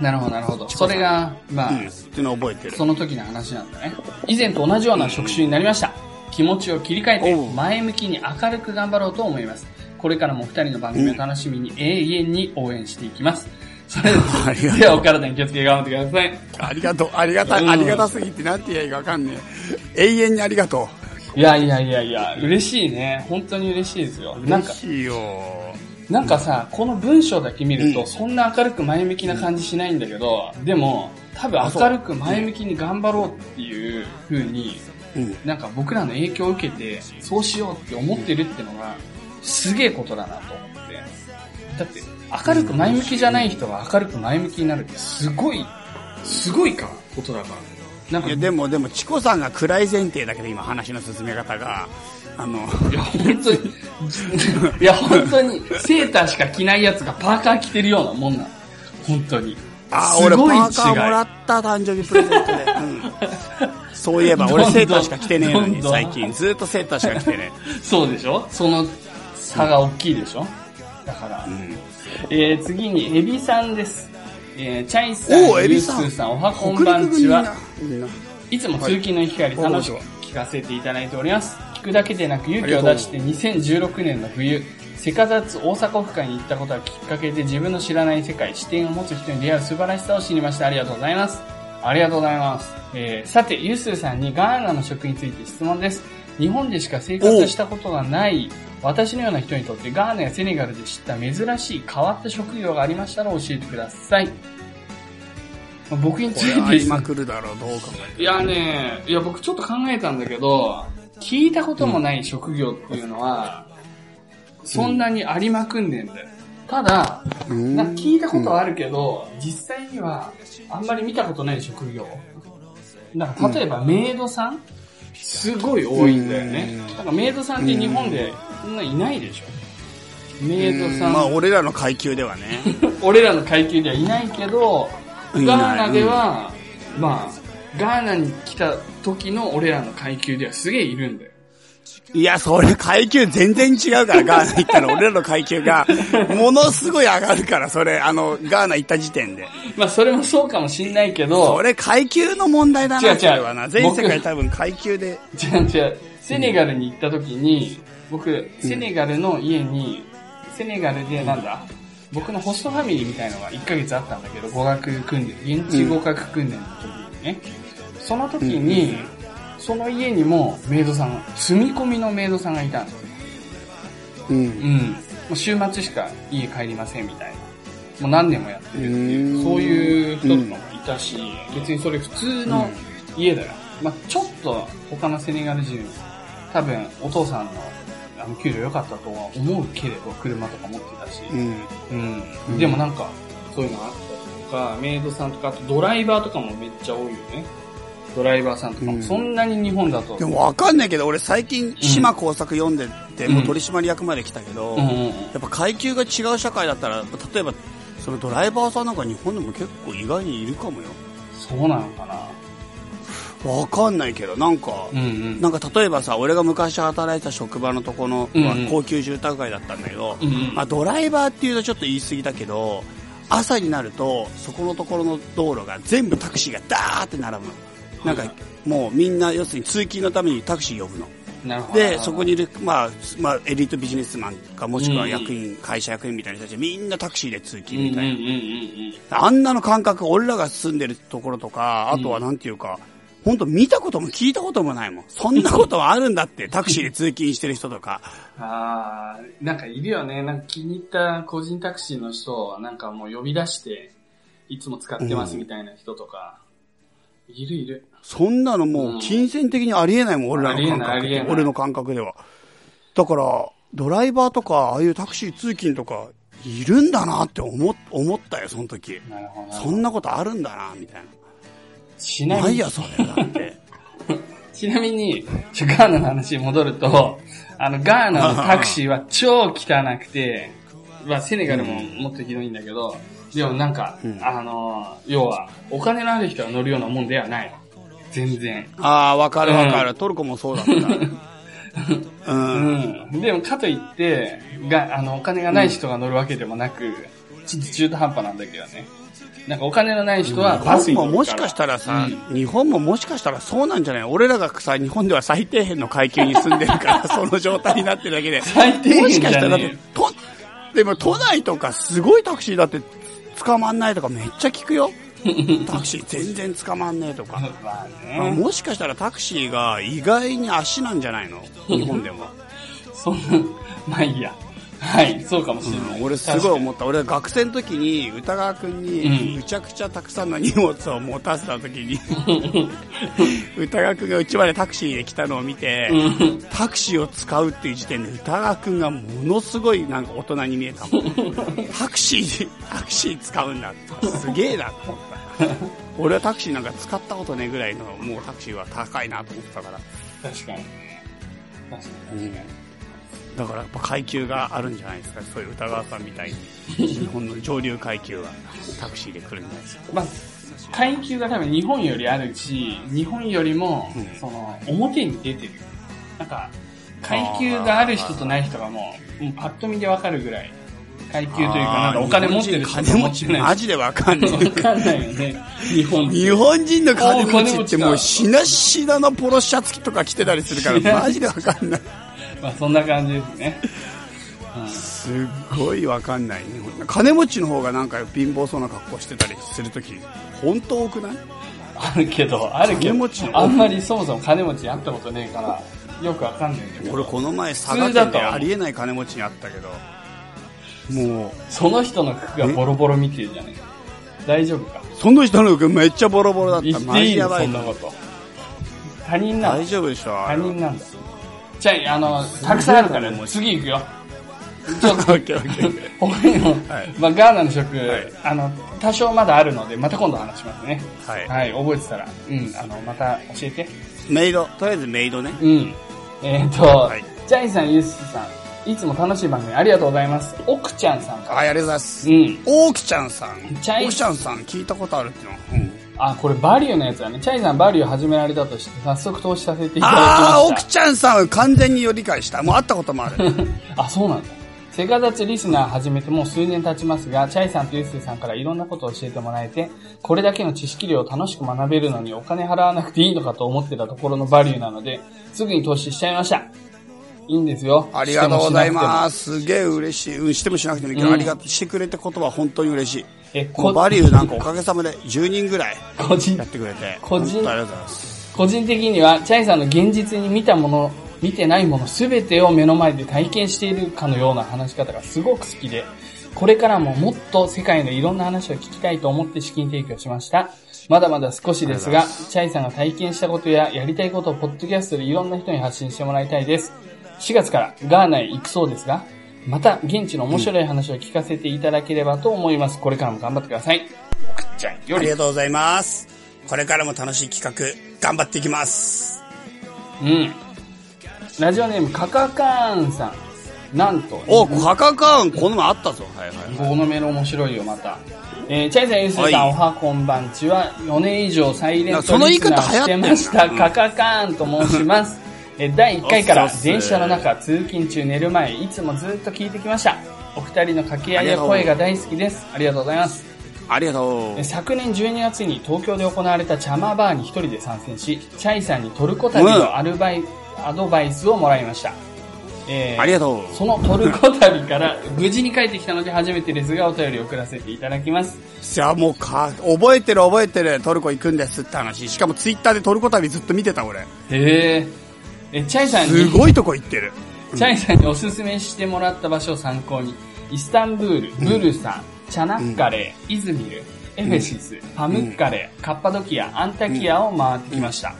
Speaker 1: なるほど、なるほど。それが、まあ、
Speaker 2: うん。っていうのを覚えてる。
Speaker 1: その時の話なんだね。以前と同じような職種になりました。気持ちを切り替え
Speaker 2: おう
Speaker 1: て、前向きに明るく頑張ろうと思います。これからもお二人の番組を楽しみに永遠に応援していきます。そ れで
Speaker 2: ありがと
Speaker 1: は、
Speaker 2: う
Speaker 1: ではお体に気をつけて頑張ってください。
Speaker 2: ありがとう、ありがた
Speaker 1: う
Speaker 2: い、
Speaker 1: ん
Speaker 2: ありがたすぎてなんて言えばいいかわかんねえ。永遠にありがと
Speaker 1: いやいやいやいや、嬉しいね。本当に嬉しいですよ。
Speaker 2: う。
Speaker 1: なんか
Speaker 2: 嬉、しいよ。
Speaker 1: なんかさ、この文章だけ見る
Speaker 2: う
Speaker 1: と、
Speaker 2: ん
Speaker 1: そんな明るく前向きな感じしないんだけど、でも、多分明るく前向きに頑張ろうっていう風に、
Speaker 2: うん。
Speaker 1: なんか僕らの影響を受けて、そうしようって思ってるってのが、すげえことだなと思って。だって、明るく前向きじゃない人が明るく前向きになるって、すごい、すごいか、ことだから。なん
Speaker 2: い
Speaker 1: か、
Speaker 2: や、
Speaker 1: い
Speaker 2: でも、でも、チコさんが暗い前提だけど、今話の進め方が、あの、
Speaker 1: や、本 当に、いや、本当に、セーターしか着ないやつがパーカー着てるようなもんなの。本当に。
Speaker 2: あー、
Speaker 1: す
Speaker 2: 俺パ
Speaker 1: ごい違い
Speaker 2: ーカーもらった誕生日プレゼントで。うん、そういえば、俺
Speaker 1: どんどん
Speaker 2: セーターしか着てねえの
Speaker 1: どん
Speaker 2: に、
Speaker 1: どん
Speaker 2: 最近。ずーっとセーターしか着てね
Speaker 1: そうでしょその差が大きいでしょだから
Speaker 2: え。う、ん。
Speaker 1: えー、次に、エビさんです。えー、チャイさん、
Speaker 2: おーエ
Speaker 1: ゆ
Speaker 2: ビ
Speaker 1: っす
Speaker 2: さん
Speaker 1: ーさん、おはこんばんちは。
Speaker 2: 北陸組な。
Speaker 1: いつも通勤の行き帰り
Speaker 2: はい
Speaker 1: 楽しく聞かせていただいております。聞くだけでなく勇気を出して2016年の冬、セカザツ大阪オフ会に行ったことがきっかけで自分の知らない世界、視点を持つ人に出会う素晴らしさを知りました。ありがとうございます。ありがとうございます。えー、さて、ユースーさんにガーナの食について質問です。日本でしか生活したことがない私のような人にとってガーナやセネガルで知った珍しい変わった職業がありましたら教えてください。まあ僕につ
Speaker 2: これ
Speaker 1: い
Speaker 2: あ
Speaker 1: て
Speaker 2: り
Speaker 1: 質問
Speaker 2: まくるだろう、どう考えて
Speaker 1: いやね、いや僕ちょっと考えたんだけど、聞いたこともない職業っていうのは、そんなにありまくんねんだよ。ただ、
Speaker 2: も。う
Speaker 1: なん
Speaker 2: ん
Speaker 1: か聞いたことはあるけど、実際にはあんまり見たことない職業。なんか例えばメイドさん、すごい多いんだよね
Speaker 2: うん。
Speaker 1: なんかメイドさんって日本でそんないないでしょ。メイドさん、
Speaker 2: まあ、俺らの階級ではね。
Speaker 1: 俺らの階級にはいないけど、ガ
Speaker 2: い
Speaker 1: ー
Speaker 2: ない
Speaker 1: ナでは、まあ、ガーナに来た時の俺らの階級ではすげえいるんだよ。
Speaker 2: いや、それ階級全然違うから、ガーナ行ったら、俺らの階級が、ものすごい上がるから、それ、あの、ガーナ行った時点で。
Speaker 1: まあ、それもそうかもしんないけど、
Speaker 2: 俺、階級の問題
Speaker 1: 違
Speaker 2: だ
Speaker 1: う違
Speaker 2: な、
Speaker 1: う
Speaker 2: それはな。全世界
Speaker 1: 僕
Speaker 2: 多分階級で。
Speaker 1: 違う違う、セネガルに行った時に、僕、セネガルの家に、セネガルでなんだ、僕のホストファミリーみたいのが1ヶ月あったんだけど、語学訓練、現地語学訓練の時にね、その時に、その家にもメイドさんが、住み込みのメイドさんがいたんですよ
Speaker 2: う。
Speaker 1: うんん、もう週末しか家帰りませんみたいな。もう何年もやってるって
Speaker 2: う
Speaker 1: い
Speaker 2: ん
Speaker 1: う、そういう人とかもいたし、別にそれ普通の家だよ。まあちょっと他のセネガル人、多分お父さんのあの給料良かったとは思うけれど、車とか持ってたし。
Speaker 2: うん。
Speaker 1: うん。
Speaker 2: うん
Speaker 1: でもなんか、そういうのあったりとか、メイドさんとか、あとドライバーとかもめっちゃ多いよね。ドライバーさんとかも、
Speaker 2: うん
Speaker 1: そんなに日本だと。
Speaker 2: でもわかんないけど、俺最近、島工作読んでて、
Speaker 1: うん
Speaker 2: もう取締役まで来たけど、
Speaker 1: うんうんうん
Speaker 2: やっぱ階級が違う社会だったら、例えば、そのドライバーさんなんか日本でも結構意外にいるかもよ。
Speaker 1: そうなのかな。
Speaker 2: わかんないけど、なんか、
Speaker 1: うんうん。
Speaker 2: なんか例えばさ、俺が昔働いた職場のとこの、
Speaker 1: うんうん
Speaker 2: 高級住宅街だったんだけど、
Speaker 1: うんうん
Speaker 2: まあ、ドライバーっていうとちょっと言い過ぎだけど、朝になると、そこのところの道路が全部タクシーがダーって並ぶの。なんか、もうみんな、要するに通勤のためにタクシー呼ぶの。
Speaker 1: なるほど。
Speaker 2: で、そこにいる、まあ、すまあ、エリートビジネスマンか、もしくは役員、会社役員みたいな人たち、みんなタクシーで通勤みたいな。
Speaker 1: うんうんうんうんうん。
Speaker 2: あんなの感覚、俺らが住んでるところとか、あとはなんていうか、本当見たことも聞いたこともないもん。そんなことはあるんだって、タクシーで通勤してる人とか。
Speaker 1: あー、なんかいるよね。なんか気に入った個人タクシーの人をなんかもう呼び出して、いつも使ってますみたいな人とか、いるいる。
Speaker 2: そんなのもう金銭的にありえないもん、俺らの感
Speaker 1: あ
Speaker 2: 覚
Speaker 1: りえないありえ
Speaker 2: で。
Speaker 1: ない
Speaker 2: 俺の感覚では。だから、ドライバーとか、ああいうタクシー通勤とか、いるんだなって思、思ったよ、その時。
Speaker 1: なるほど。
Speaker 2: そんなことあるんだな、みたい
Speaker 1: ち
Speaker 2: な。
Speaker 1: な
Speaker 2: な
Speaker 1: み
Speaker 2: い
Speaker 1: に
Speaker 2: や、、それ、だって。
Speaker 1: ちなみに、ちょガーナの話に戻ると、あの、ガーナのタクシーは超汚くて、まあ、セネガルももっとひどいんだけど、でもなんか、
Speaker 2: うん
Speaker 1: あの、要は、お金のある人が乗るようなもんではない。全然。
Speaker 2: ああ、わかるわかる。トルコ もそうだった。う。
Speaker 1: うんん。でも、かといって、が、あの、お金がない人が乗るわけでもなく、ちょっと中途半端なんだけどね。なんか、お金のない人はバス
Speaker 2: 日
Speaker 1: に
Speaker 2: 本
Speaker 1: 乗
Speaker 2: も
Speaker 1: る
Speaker 2: もしかしたらさ、日本ももしかしたらそうなんじゃない俺らがさ、日本では最底辺の階級に住んでる から、その状態になってるだけで。
Speaker 1: 最低
Speaker 2: も
Speaker 1: 限
Speaker 2: し
Speaker 1: じ
Speaker 2: かした
Speaker 1: ゃ
Speaker 2: らだっ
Speaker 1: ねえ
Speaker 2: て
Speaker 1: よ。、
Speaker 2: と、でも都内とかすごいタクシーだって捕まんないとかめっちゃ聞く よ。タクシー全然捕まんねえとか。
Speaker 1: まあね。
Speaker 2: もしかしたらタクシーが意外に足なんじゃないの日本でも。
Speaker 1: そんな、まあいいや。はい、そうかもしれない。
Speaker 2: 俺すごい思った俺学生の時に歌川君に
Speaker 1: うん
Speaker 2: むちゃくちゃたくさんの荷物を持たせた時 に歌川君がうちまでタクシーで来たのを見て
Speaker 1: ん
Speaker 2: タクシーを使うっていう時点で歌川君がものすごいなんか大人に見えた もんタクシータクシー使うんだすげえなと思った俺はタクシーなんか使ったことねえぐらいのもうタクシーは高いなと思ってたから、
Speaker 1: 確かにね。確か
Speaker 2: うんだからやっぱ階級があるんじゃないですかそういう歌川さんみたいに日本の上流階級はタクシーで来るんじゃないですか
Speaker 1: に。まあ、階級が多分日本よりあるし、日本よりも
Speaker 2: うん、
Speaker 1: その、表に出てる。なんか、階級がある人とない人がもう、もうパッと見でわかるぐらい。階級というか、なんかお金持ってる人
Speaker 2: 金
Speaker 1: と持
Speaker 2: 持
Speaker 1: って
Speaker 2: ち
Speaker 1: な
Speaker 2: マ
Speaker 1: い
Speaker 2: ジでわかん ね
Speaker 1: 人。わかんないよね。日本
Speaker 2: え日本人の金持ちっても
Speaker 1: お金持ちだ
Speaker 2: うしなしなのポロシャツ着とか着てたりするか
Speaker 1: しな
Speaker 2: らマジでわかんない
Speaker 1: まあそんな感じですね。
Speaker 2: すっごいわかんない日本金持ちの方がなんか貧乏そうな格好してたりするとき本当多くない
Speaker 1: あるけど、あるけ
Speaker 2: 金
Speaker 1: ど
Speaker 2: 持ち、の
Speaker 1: あんまりそもそも金持ちに会ったことねえから、よくわかんないんだけど。
Speaker 2: 俺この前佐
Speaker 1: 普
Speaker 2: 賀
Speaker 1: 通だ
Speaker 2: 県
Speaker 1: と
Speaker 2: でありえない金持ちに会ったけどもう
Speaker 1: その人の服がボロボロ見てるじゃないか。大丈夫か
Speaker 2: その人の服めっちゃボロボロだった。
Speaker 1: 言っ
Speaker 2: マ
Speaker 1: てい
Speaker 2: ジ
Speaker 1: い
Speaker 2: や
Speaker 1: の
Speaker 2: ば
Speaker 1: そ
Speaker 2: い
Speaker 1: んな
Speaker 2: な。
Speaker 1: こと。他人なの
Speaker 2: 大丈夫でしょ
Speaker 1: 他
Speaker 2: あれは
Speaker 1: 人 なんだ。じゃあ、あの、たくさんあるから、
Speaker 2: もう
Speaker 1: 次行くよ。 ちょっと
Speaker 2: オッケーオッケーオッケー。
Speaker 1: 他にも
Speaker 2: はい、
Speaker 1: まあ、ガーナの食
Speaker 2: はい、
Speaker 1: あの、多少まだあるので、また今度話しますね。
Speaker 2: はい
Speaker 1: はい、覚えてたら、うん、あの、また教えて。
Speaker 2: メイド。とりあえずメイドね。
Speaker 1: うん。えっと
Speaker 2: はい、
Speaker 1: ジャイさん、ユースさん、いつも楽しい番組ありがとうございます。奥ちゃんさんか
Speaker 2: はい、
Speaker 1: ら。
Speaker 2: ありがとうございます。
Speaker 1: うん。
Speaker 2: オークちゃんさん。オーク
Speaker 1: チャイ
Speaker 2: ちゃんさん聞いたことあるっていうの。うん
Speaker 1: あ、これバリューのやつだね。チャイさんバリュー始められたとして、早速投資させていただきました。
Speaker 2: あー、オークちゃんさんは完全に理解した。もう会ったこともあ る。
Speaker 1: あ、そうなんだ。セガ立ちリスナー始めてもう数年経ちますが、チャイさんとユースイさんからいろんなことを教えてもらえて、これだけの知識量を楽しく学べるのにお金払わなくていいのかと思ってたところのバリューなので、すぐに投資しちゃいました。いいんですよ。。
Speaker 2: ありがとうございますす。すげえ嬉しい。うん、してもしなくてもいいけど、
Speaker 1: うん
Speaker 2: ありがとう。してくれてことは本当に嬉しい。
Speaker 1: え、
Speaker 2: も
Speaker 1: こ
Speaker 2: うバリューなんかおかげさまで10人ぐらい
Speaker 1: 個人
Speaker 2: やっ、てくれて。
Speaker 1: 個人
Speaker 2: 本当ありがとうございます。
Speaker 1: 個人的には、チャイさんの現実に見たもの、見てないものすべてを目の前で体験しているかのような話し方がすごく好きで、これからももっと世界のいろんな話を聞きたいと思って資金提供しました。まだまだ少しですが、チャイさんが体験したことややりたいことをポッドキャストでいろんな人に発信してもらいたいです。4月からガーナへ行くそうですが、また現地の面白い話を聞かせていただければと思います。これからも頑張ってください。くっちゃんよ
Speaker 2: あり
Speaker 1: り
Speaker 2: がとうございます。これからも楽しい企画、頑張っていきます。
Speaker 1: うん。ラジオネーム、カカカーンさん。なんと、
Speaker 2: お、カカカーン、この前あったぞ。はいはい
Speaker 1: このメール面白いよ、また。えー、チャイさん、ユースさん、
Speaker 2: はい
Speaker 1: おはこんばんちは、4年以上サイレント
Speaker 2: その言い方
Speaker 1: リスナーしてまし
Speaker 2: 流行
Speaker 1: た。
Speaker 2: ってんな
Speaker 1: カカカーンと申し ます。えー、第1回か
Speaker 2: お
Speaker 1: ら
Speaker 2: っすおっす
Speaker 1: 電車の中、通勤中、寝る前、いつもずっと聞いてきました。お二人の掛け合いや声が大好きです。ありがとうございます。
Speaker 2: ありがとう。
Speaker 1: 昨年12月に東京で行われたチャマバーに一人で参戦しチャイさんにトルコ旅のアルバイ、アドバイスをもらいましたえ
Speaker 2: ありがとう
Speaker 1: そのトルコ旅から無事に帰ってきたので初めてですがお便りを送らせていただきます。
Speaker 2: じゃあもうか、覚えてる覚えてる、トルコ行くんですって話。しかもツイッターでトルコ旅ずっと見てた俺。
Speaker 1: へえ。え、チャイさん
Speaker 2: す
Speaker 1: に、
Speaker 2: ごいとこ行ってる。
Speaker 1: チャイさんにおすすめしてもらった場所を参考に、イスタンブール、ブルサン、チャナッカレー、イズミル、エフェシス、パムッカレー、カッパドキア、アンタキアを回ってきました。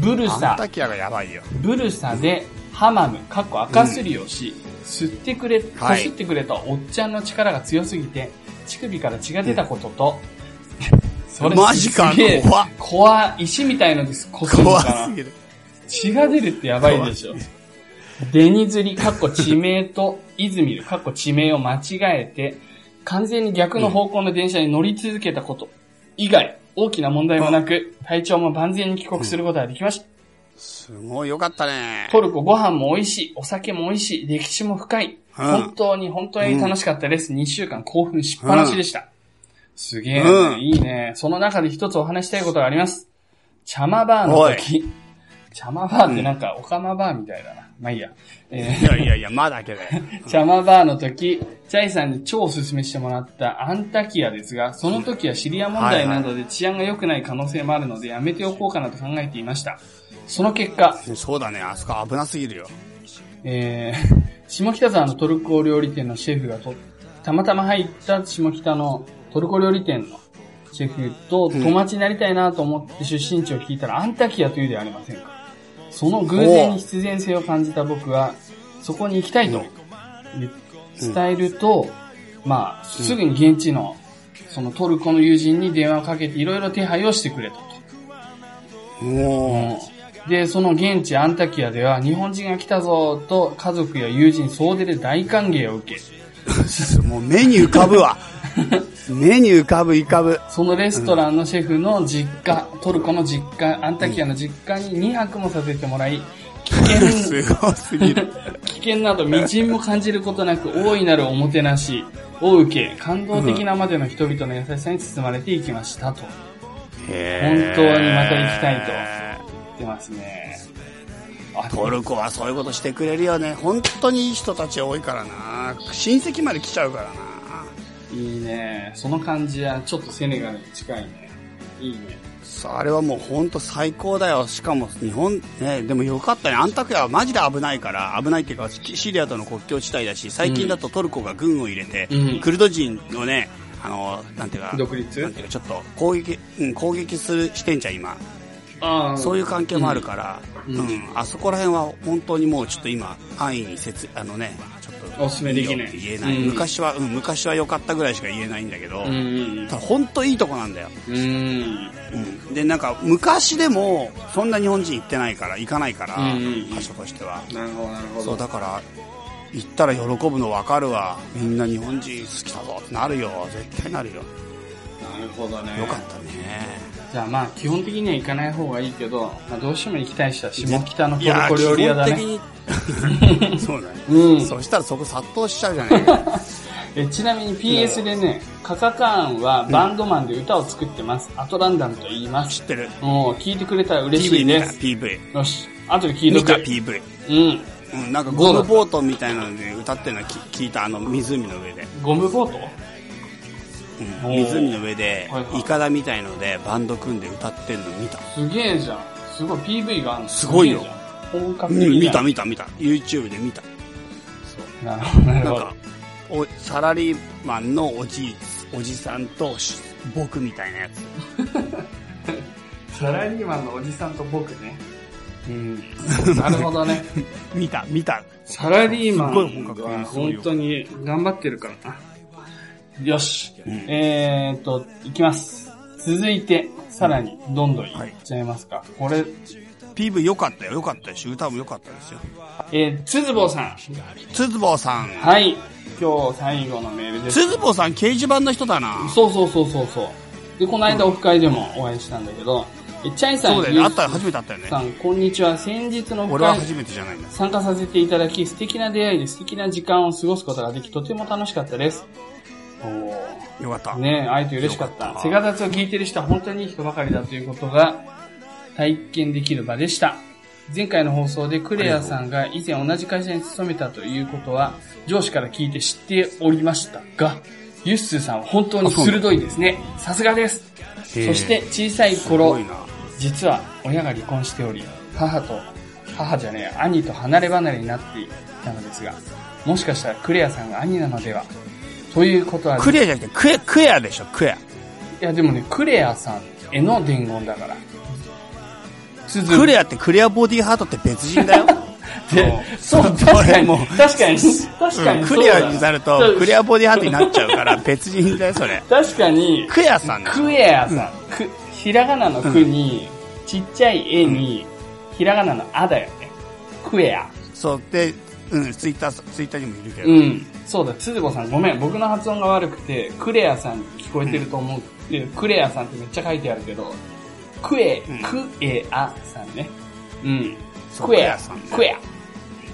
Speaker 1: ブル
Speaker 2: ア
Speaker 1: サ
Speaker 2: ン、タキアがやばいよ。
Speaker 1: ブルサでハマム、かっこ赤すりをし、吸ってくれ、こ
Speaker 2: はい
Speaker 1: すってくれたおっちゃんの力が強すぎて、乳首から血が出たことと、そ
Speaker 2: マジか
Speaker 1: すげえ
Speaker 2: 怖っ
Speaker 1: 怖い石みたいのです、こするの
Speaker 2: 怖
Speaker 1: か
Speaker 2: す
Speaker 1: な。
Speaker 2: ぎる。
Speaker 1: 血が出るってやばいでしょ。デニズリ、かっこ地名と、イズミル、かっこ地名を間違えて、完全に逆の方向の電車に乗り続けたこと、以外、大きな問題もなく、体調も万全に帰国することができました。
Speaker 2: すごいよかったね。
Speaker 1: トルコご飯も美味しい、お酒も美味しい、歴史も深い。
Speaker 2: うん
Speaker 1: 本当に本当に楽しかったです。2週間興奮しっぱなしでした。すげえ、
Speaker 2: うん
Speaker 1: いいね。その中で一つお話したいことがあります。チャマバーの時。チャマバーってなんか、オカマバーみたいだな。まあいいや。え
Speaker 2: いやいやいや、まだけどよ。
Speaker 1: ー、チャマバーの時、チャイさんに超おすすめしてもらったアンタキアですが、その時はシリア問題などで治安が良くない可能性もあるので、やめておこうかなと考えていました。その結果、
Speaker 2: そうだね、あそこ危なすぎるよ。
Speaker 1: えー 下北沢のトルコ料理店のシェフがと、たまたま入った下北のトルコ料理店のシェフと友達になりたいなと思って出身地を聞いたら、アンタキアというではありませんか。その偶然に必然性を感じた僕は、そこに行きたいと
Speaker 2: うん
Speaker 1: 伝えると、まあ、すぐに現地の、そのトルコの友人に電話をかけていろいろ手配をしてくれたと。
Speaker 2: も
Speaker 1: で、その現地アンタキアでは、日本人が来たぞと家族や友人総出で大歓迎を受け、
Speaker 2: う、もう目に浮かぶわ。目に浮かぶ、浮かぶ。
Speaker 1: そのレストランのシェフの実家、トルコの実家、アンタキアの実家に2泊もさせてもらい、危険、
Speaker 2: すご すぎる。
Speaker 1: 危険など微塵も感じることなく大いなるおもてなしを受け、感動的なまでの人々の優しさに包まれていきましたと。
Speaker 2: へー
Speaker 1: 本当にまた行きたいと言ってますね。あ
Speaker 2: トルコはそういうことしてくれるよね。本当にいい人たち多いからな。親戚まで来ちゃうからな。
Speaker 1: いいね。その感じは、ちょっとセネガルに近いね。いいね。
Speaker 2: そうあれはもう本当最高だよ。しかも日本、ね、でもよかったね。アンタクヤはマジで危ないから、危ないっていうか、シシリアとの国境地帯だし、最近だとトルコが軍を入れて、
Speaker 1: うん
Speaker 2: クルド人のね、あの、なんていうか、
Speaker 1: 独
Speaker 2: なん
Speaker 1: 立
Speaker 2: ていうか、ちょっと攻撃、うん、攻撃するしてんじゃん、今。
Speaker 1: ああ。
Speaker 2: そういう関係もあるから、
Speaker 1: う
Speaker 2: うんん、あそこら辺は本当にもうちょっと今、安易に説、あのね、ちょっと、
Speaker 1: お勧めできない
Speaker 2: いよって言えない。
Speaker 1: うん
Speaker 2: 昔は、うん、昔は良かったぐらいしか言えないんだけど、
Speaker 1: うんうん
Speaker 2: ただ本当いいとこなんだよ。
Speaker 1: うん。うん。
Speaker 2: うん、で、なんか、昔でも、そんな日本人行ってないから、行かないから、
Speaker 1: うんうんうん
Speaker 2: 場所としては。
Speaker 1: なるほど、なるほ
Speaker 2: そう、
Speaker 1: ど。
Speaker 2: だから、行ったら喜ぶの分かるわ。みんな日本人好きだぞってなるよ。絶対なるよ。
Speaker 1: なるほどね。
Speaker 2: よかったね。
Speaker 1: じゃあまあ、基本的には行かない方がいいけど、まあ、どうしても行きたい人は下北のト
Speaker 2: い
Speaker 1: ル
Speaker 2: や
Speaker 1: コ料理屋だね。
Speaker 2: 基本的に そうだね、
Speaker 1: うん
Speaker 2: そしたらそこ殺到しちゃうじゃ ないか
Speaker 1: えちなみに PS でね、カカカーンはバンドマンで歌を作ってます。アトランダムと言いま
Speaker 2: 知
Speaker 1: す
Speaker 2: っ。てる
Speaker 1: もう、聞いてくれたら嬉し
Speaker 2: PV
Speaker 1: い
Speaker 2: 見
Speaker 1: で
Speaker 2: た
Speaker 1: す。
Speaker 2: PV
Speaker 1: よし。後で聞い
Speaker 2: 見た
Speaker 1: とく。
Speaker 2: PV、
Speaker 1: うん。
Speaker 2: うん、なんかゴムボートみたいなので歌ってるのき聞いたあの湖の上で、
Speaker 1: ゴムボート
Speaker 2: うん
Speaker 1: おー
Speaker 2: 湖の上で
Speaker 1: はいはい
Speaker 2: イカダみたいのでバンド組んで歌ってるの見た、
Speaker 1: すげえじゃん。すごい PV があるの。
Speaker 2: すごいよ
Speaker 1: げえじゃん。本
Speaker 2: う
Speaker 1: 格的だよ
Speaker 2: ん、見た見た見た YouTube で見た
Speaker 1: なるほど、なる
Speaker 2: なん
Speaker 1: ほ
Speaker 2: かおサラリーマンのおじいおじさんとし僕みたいなやつ
Speaker 1: ど。サラリーマンのおじさんと僕ね。うん。なるほど ね。
Speaker 2: 見た見た
Speaker 1: サラリーマン
Speaker 2: すっごい本格的
Speaker 1: は
Speaker 2: ですよ
Speaker 1: 本当に頑張ってるからな。よし。
Speaker 2: ん
Speaker 1: えーっと、いきます。続いて、さらに、どんどんいっちゃいますか。これ、
Speaker 2: PV 良かったよ良かったし歌も良かったですよ
Speaker 1: えー、つずぼうさん。
Speaker 2: つずぼうさん
Speaker 1: はい。今日最後のメールです。
Speaker 2: つずぼうさん掲示板の人だな
Speaker 1: そうそうそうそうそう。で、この間オフ会でもお会いしたんだけど、えチャイさん、
Speaker 2: そうだよね。あった、初めてあったよ
Speaker 1: さ
Speaker 2: ね。
Speaker 1: ん、こんにちは。先日のオフ
Speaker 2: 俺は
Speaker 1: 会
Speaker 2: 初めてじゃないんだ。
Speaker 1: 参加させていただき、素敵な出会いで素敵な時間を過ごすことができ、とても楽しかったです。おー
Speaker 2: よかった。
Speaker 1: ねえ、会えて嬉しかっ。
Speaker 2: よかったた
Speaker 1: セガダツを聞いてる人は本当にいい人ばかりだということが体験できる場でした。前回の放送でクレアさんが以前同じ会社に勤めたということは、上司から聞いて知っておりましたが、ユッスーさんは本当に鋭いですね。さすがです。
Speaker 2: へえ
Speaker 1: そして小さい
Speaker 2: すご
Speaker 1: 頃
Speaker 2: い、な。
Speaker 1: 実は親が離婚しており、母と、母じゃねえや、兄と離れ離れになっていたのですが、もしかしたらクレアさんが兄なのではということは、
Speaker 2: クレアじゃなくて、クエ、クエアでしょ、クエア。
Speaker 1: いやでもね、クレアさんへの伝言だから。つづ
Speaker 2: クレアってクレアボディハートって別人 だよ。
Speaker 1: って、 そう、確か
Speaker 2: 俺
Speaker 1: に
Speaker 2: も、
Speaker 1: 確かに、確か
Speaker 2: う
Speaker 1: に
Speaker 2: ん
Speaker 1: そ
Speaker 2: ク
Speaker 1: う
Speaker 2: レ
Speaker 1: だな、
Speaker 2: アになると、クレアボディハートになっちゃう から、別人だよ、それ。
Speaker 1: 確かに、
Speaker 2: クエアさんだよ。
Speaker 1: クエアさん、く、ひらがなのくに、ちっちゃい絵に、ひらがなのあだよね。クエア。
Speaker 2: そう、で、うん、ツイッター、ツイッターにもいるけど。
Speaker 1: うん。そうだ、つずこさん、ごめん。僕の発音が悪くて、クレアさんに聞こえてると思う。でクレアさんってめっちゃ書いてあるけど、クエ、
Speaker 2: うん
Speaker 1: クエアさんね。うん。
Speaker 2: そう
Speaker 1: クエ
Speaker 2: クエ
Speaker 1: ア
Speaker 2: アさんね
Speaker 1: クエア。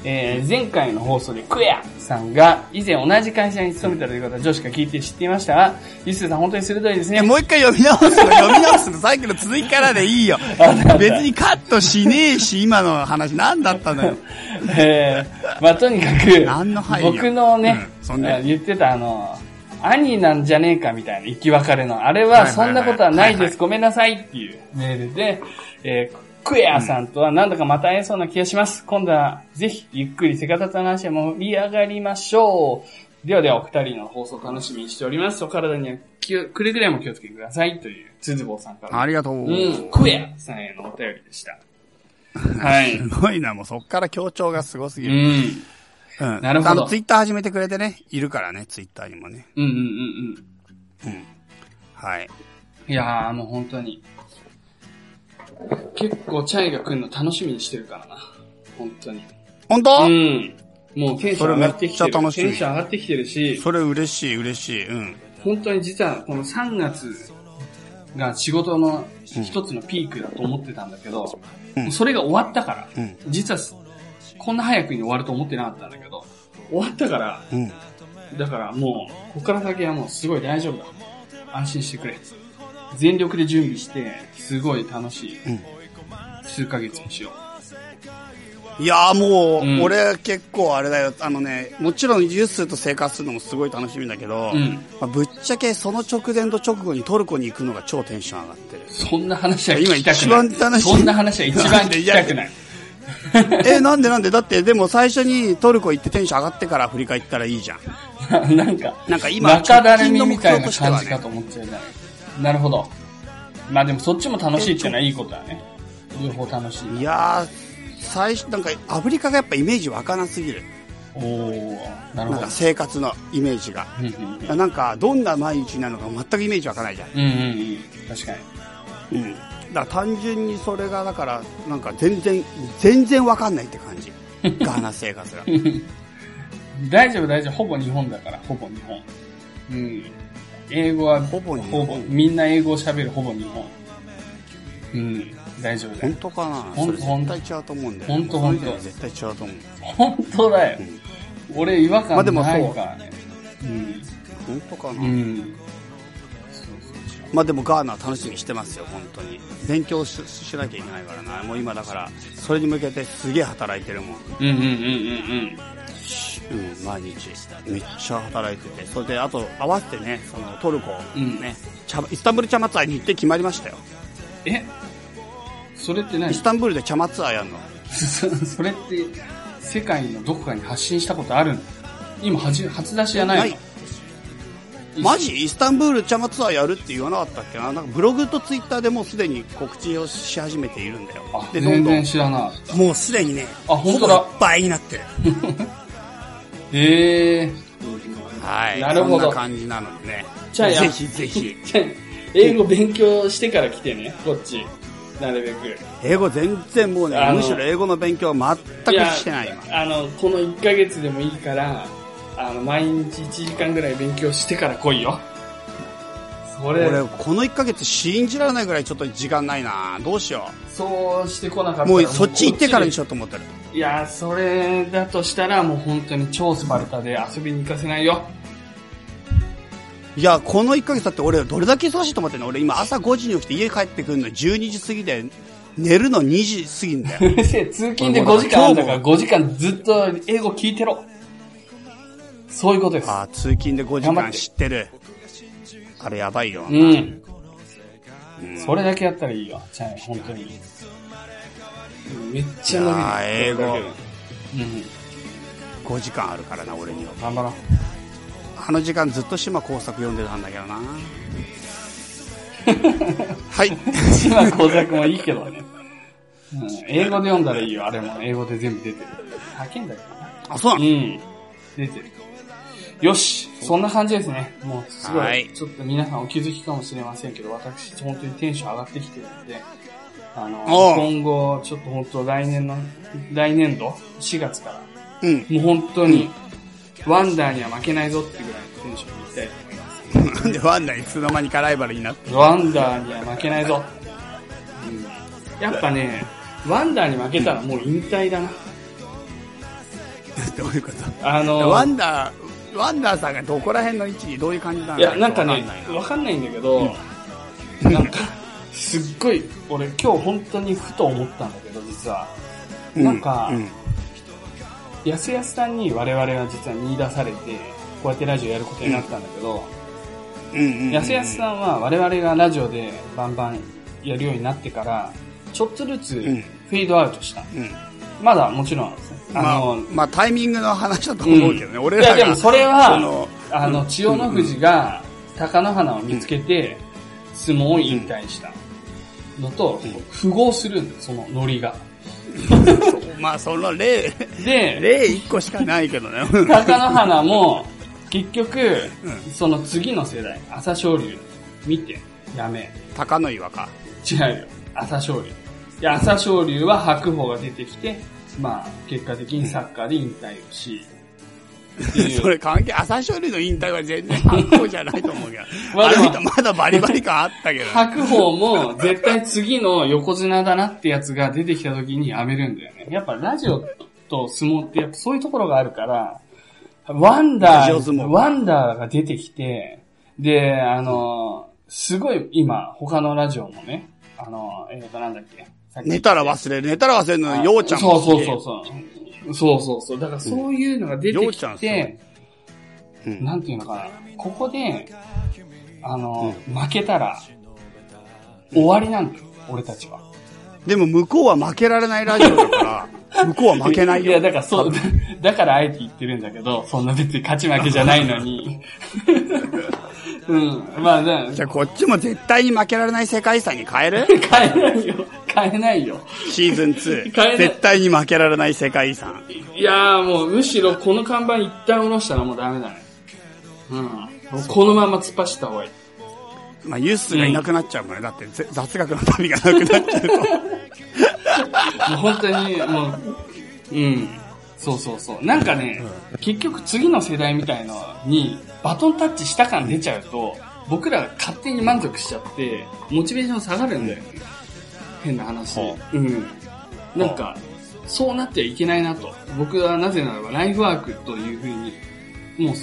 Speaker 1: えー、前回の放送でクエアさんが、以前同じ会社に勤めたということは女子が聞いて知っていましたが、ゆすーさん本当に鋭いです
Speaker 2: いや、
Speaker 1: ね。
Speaker 2: もう一回読み直すの、読み直すの、さっきの続きからで いいよ。別にカットしねえし、今の話何だったのよ。
Speaker 1: えー、まあ、とにかく、
Speaker 2: 何の配慮
Speaker 1: 僕のね、
Speaker 2: うんそんな
Speaker 1: あ言ってたあの、兄なんじゃねえかみたいな、生き別れの。あれは、
Speaker 2: はいはいは
Speaker 1: そ
Speaker 2: い
Speaker 1: んなことはない
Speaker 2: はい
Speaker 1: で
Speaker 2: はい
Speaker 1: す。ごめんなさいっていうメールで、えークエアさんとはなんだかまた会えそうな気がします。今度は、ぜひ、ゆっくりセカタツの話で盛り上がりましょう。ではでは、お二人の放送楽しみにしております。お体には気を、くれぐれも気をつけてください。という、つずぼうさんから。
Speaker 2: ありがとう。
Speaker 1: うん、クエアさんへのお便りでした。 はい
Speaker 2: す。ごいな、もうそっから強調がすごすぎ
Speaker 1: う
Speaker 2: る。
Speaker 1: ん。
Speaker 2: うん。
Speaker 1: なるほど
Speaker 2: あの、ツイッター始めてくれてね、いるからね、ツイッターにもね。
Speaker 1: うんうんうんうん。
Speaker 2: はい。
Speaker 1: いやー、もう本当に。結構、チャイが来るの楽しみにしてるからな。本当に。
Speaker 2: 本当、
Speaker 1: うん。もうテンション上がってきてる。
Speaker 2: それめっちゃ楽しみ
Speaker 1: テンション上がってきてるし、
Speaker 2: それ嬉しい、嬉しい。うん。
Speaker 1: 本当に実はこの3月が仕事の一つのピークだと思ってたんだけど、
Speaker 2: うん
Speaker 1: もうそれが終わったから、
Speaker 2: うん
Speaker 1: 実はこんな早くに終わると思ってなかったんだけど、終わったから、
Speaker 2: うん。
Speaker 1: だからもう、ここから先はもうすごい大丈夫だ。安心してくれ。全力で準備して、すごい楽しい、
Speaker 2: ん
Speaker 1: 数ヶ月にしよ
Speaker 2: いやーもう、
Speaker 1: うん
Speaker 2: 俺結構あれだよ、あのね、もちろんユースと生活するのもすごい楽しみだけど、
Speaker 1: うん
Speaker 2: まあぶっちゃけその直前と直後にトルコに行くのが超テンション上がってる
Speaker 1: う。。そんな話は聞きたくない。
Speaker 2: 今一番楽しい
Speaker 1: そんな話は一番聞きたくない。
Speaker 2: え、なんでなんでだって、でも最初にトルコ行ってテンション上がってから振り返ったらいいじゃ ん。
Speaker 1: なんか、
Speaker 2: なんか今
Speaker 1: 中だれみ
Speaker 2: 直近の目
Speaker 1: みたい
Speaker 2: 標
Speaker 1: な
Speaker 2: としてはね
Speaker 1: 感じかと思っちゃうじゃない。なるほど。まあでもそっちも楽しいっていうのはいいことだね。両方楽し
Speaker 2: い
Speaker 1: い。
Speaker 2: やー、最初、なんかアフリカがやっぱイメージ湧かなすぎる。
Speaker 1: おー、なる
Speaker 2: なん
Speaker 1: ほど
Speaker 2: か。生活のイメージが。
Speaker 1: うんうんうん
Speaker 2: なんか、どんな毎日なのか全くイメージ湧かないじゃん。
Speaker 1: うんうんうん。確かに。
Speaker 2: うん。だから単純にそれが、だから、なんか全然、全然わかんないって感 じ。ガーナ生活が。
Speaker 1: 大丈夫大丈夫。ほぼ日本だから、ほぼ日本。うん。英語は、
Speaker 2: ほぼ日本
Speaker 1: みんな英語を喋る、ほぼ日本。うん。大丈夫だ
Speaker 2: 本
Speaker 1: よ。
Speaker 2: 当かな
Speaker 1: ほん
Speaker 2: それ絶対違うと思うんだよね。
Speaker 1: ほんとほんと
Speaker 2: そういうの絶対違うと思う。
Speaker 1: 本当だよ。俺、違和
Speaker 2: まあ
Speaker 1: 感
Speaker 2: でもそう
Speaker 1: ないからね。うん。
Speaker 2: 本当かな、
Speaker 1: うん。
Speaker 2: まあでもガーナ楽しみにしてますよ、本当に。勉強ししなきゃいけないからな。もう今だから、それに向けてすげえ働いてるもん。
Speaker 1: うんうんうんうん
Speaker 2: うん、毎日。めっちゃ働いてて。それで、あと、合わせてね、そのトルコ、
Speaker 1: うん
Speaker 2: ね、茶イスタンブール茶祭りに行って決まりましたよ。
Speaker 1: うん。えそれって何
Speaker 2: イスタンブールで茶祭りやるの。
Speaker 1: そ それって、世界のどこかに発信したことあるの今、はじ初出しじゃないの
Speaker 2: マジイスタンブール茶祭りやるって言わなかったっけななんかブログとツイッターでもうすでに告知をし始めているんだよ
Speaker 1: あ。、
Speaker 2: で、どん
Speaker 1: 全
Speaker 2: どん
Speaker 1: 然。知らない。
Speaker 2: もうすでにね、
Speaker 1: あ本当だ
Speaker 2: ほぼいっぱいになってる。
Speaker 1: へえ。
Speaker 2: はい。
Speaker 1: なるほど
Speaker 2: そんな感じなのでね。
Speaker 1: じゃあや
Speaker 2: ぜひぜひ。
Speaker 1: 英語勉強してから来てね、こっち。なるべく。
Speaker 2: 英語全然もうね
Speaker 1: あ、の
Speaker 2: むしろ英語の勉強は全くしてない今。
Speaker 1: やあの、この1ヶ月でもいいから、あの、毎日1時間ぐらい勉強してから来いよ。それ、
Speaker 2: 俺、この1ヶ月信じられないぐらいちょっと時間ないなどうしよ
Speaker 1: そうしてこなかったら
Speaker 2: う。もうそっち行ってからにし
Speaker 1: ょ。
Speaker 2: ようと思ってる。
Speaker 1: いや、それだとしたらもう本当に超スパルタで遊びに行かせないよ。
Speaker 2: いや、この1ヶ月だって俺どれだけ忙しいと思ってんの俺今朝5時に起きて家帰ってくるの12時過ぎで、寝るの2時過ぎんだ
Speaker 1: う
Speaker 2: よ。
Speaker 1: るせえ、通勤で5時間あるんだから、5時間ずっと英語聞いてろ。そういうことです。
Speaker 2: あー通勤で5時
Speaker 1: 頑張
Speaker 2: 間
Speaker 1: って
Speaker 2: 知ってる。あれやばいよ。
Speaker 1: うん。それだけやったらいいよ、チャイ、本当に。めっちゃ伸びる。
Speaker 2: あー英語
Speaker 1: うん。
Speaker 2: 5時間あるからな、俺には。
Speaker 1: 頑張ろう。
Speaker 2: あの時間ずっと島工作読んでたんだけど な。はい。
Speaker 1: 島工作もいいけどね。うん、英語で読んだらいいよ、あれも。英語で全部出てる。叫んだけどな。
Speaker 2: あ、そう
Speaker 1: う
Speaker 2: なの
Speaker 1: ん。出てる。よし、そんな感じですね。もう、すご、
Speaker 2: はいい
Speaker 1: ちょっと皆さんお気づきかもしれませんけど、私、本当にテンション上がってきてるんで、あの、
Speaker 2: おう
Speaker 1: 今後、ちょっと本当来年の、来年度、4月から、
Speaker 2: うん。
Speaker 1: もう本当に、ワンダーには負けないぞってぐらいのテンションでいきたいと思います。
Speaker 2: なん でワンダいつの間にかライバルになった
Speaker 1: ワンダーには負けないぞ。うん、やっぱね、ワンダーに負けたらもう引退だな。
Speaker 2: どういうこと
Speaker 1: あの、
Speaker 2: ワンダー、ワンダーさんがどこら辺の位置にどういう感じなの
Speaker 1: いや、なんかね
Speaker 2: わい、な
Speaker 1: わかんないんだけど、なんか、すっごい、俺今日本当にふと思ったんだけど、実は。
Speaker 2: う
Speaker 1: なんか
Speaker 2: うん
Speaker 1: やすやすさんに我々は実は見出されて、こうやってラジオやることになったんだけど、
Speaker 2: うんうん
Speaker 1: やすやすさんは我々がラジオでバンバンやるようになってから、ちょっとずつフ
Speaker 2: ん
Speaker 1: ェードアウトした。
Speaker 2: うん
Speaker 1: まだもちろん、あ
Speaker 2: まあ
Speaker 1: の、、
Speaker 2: まあタイミングの話だと思うけどね、俺
Speaker 1: い
Speaker 2: ら
Speaker 1: や
Speaker 2: が
Speaker 1: でもそれは、
Speaker 2: その
Speaker 1: あの、千代の富士が貴乃花を見つけて、相撲を引退したのと、符合するんだよ、そのノリが。
Speaker 2: まあその例
Speaker 1: で、
Speaker 2: 例1個しかないけどね
Speaker 1: 貴乃花も、結局、その次の世代、朝青龍、見て、やめ。
Speaker 2: 鷹の岩か
Speaker 1: 違うよ、朝青龍。で、朝青龍は白鵬が出てきて、まあ、結果的にサッカーで引退をし、っていう
Speaker 2: それ関係朝青龍の引退は全然反抗じゃないと思うけど
Speaker 1: まあ
Speaker 2: あ
Speaker 1: でも
Speaker 2: の人まだバリバリ感あったけど
Speaker 1: 白鵬も絶対次の横綱だなってやつが出てきた時にやめるんだよね。やっぱラジオと相撲ってやっぱそういうところがあるから、ワンダ
Speaker 2: ラジオ相
Speaker 1: ー、
Speaker 2: 撲
Speaker 1: ワンダーが出てきて、で、あの、すごい今、他のラジオもね、あの、えっ、と、なんだっけ、さっき
Speaker 2: 寝たら忘れる寝たら忘れるのようちゃん
Speaker 1: そう
Speaker 2: も
Speaker 1: そ
Speaker 2: 好
Speaker 1: う
Speaker 2: き
Speaker 1: そうそう。そうそうそう。だからそういうのが出
Speaker 2: よ
Speaker 1: て
Speaker 2: う
Speaker 1: き
Speaker 2: ちゃん
Speaker 1: て、
Speaker 2: ごいうん
Speaker 1: なんていうのかな。ここで、あの、負けたら、終わりなんだよ、俺たちは。
Speaker 2: でも向こうは負けられないラジオだから向こうは負けないよ
Speaker 1: いや、だからそう、 だだからあえて言ってるんだけど、そんな別に勝ち負けじゃないの に。うん。まあ、だから
Speaker 2: じゃあこっちも絶対に負けられない世界遺産に変 える
Speaker 1: 変えないよ。変えないよ。
Speaker 2: シーズン
Speaker 1: 変えない
Speaker 2: 2。絶対に負けられない世界遺産。
Speaker 1: いやーもうむしろこの看板一旦下ろしたらもうダメだね。うん。もうこのまま突っ走った方がいい。
Speaker 2: まあ、ユースがいなくなっちゃうもんね。だってぜ雑学の旅がなくなっちゃうと。
Speaker 1: もう本当に、もう、うん。そうそうそう。なんかね、結局次の世代みたいのにバトンタッチした感出ちゃうと、僕らが勝手に満足しちゃって、モチベーション下がるんだよね。変な話。
Speaker 2: ほ
Speaker 1: うん。なんか、そうなってはいけないなと。僕はなぜならばライフワークというふうに、もう、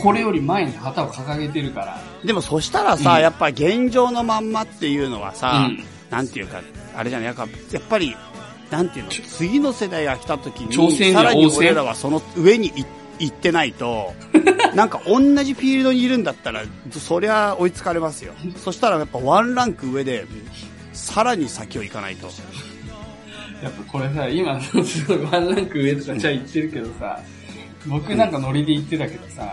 Speaker 1: これより前に旗を掲げてるから、
Speaker 2: でもそしたらさ、
Speaker 1: うん
Speaker 2: やっぱ現状のまんまっていうのはさ、
Speaker 1: うん
Speaker 2: なんていうか、あれじゃない、やっぱやっぱり、なんていうの、次の世代が来た時
Speaker 1: 挑戦
Speaker 2: に、
Speaker 1: や
Speaker 2: さらに
Speaker 1: 応戦
Speaker 2: 俺らはその上にい行ってない と、なんか同じフィールドにいるんだったら、そりゃ追いつかれますよ。そしたらやっぱワンランク上で、さらに先を行かな いと。
Speaker 1: やっぱこれさ、今、すごいワンランク上とかじゃあ言ってるけどさ、僕なんかノリで言ってたけどさ、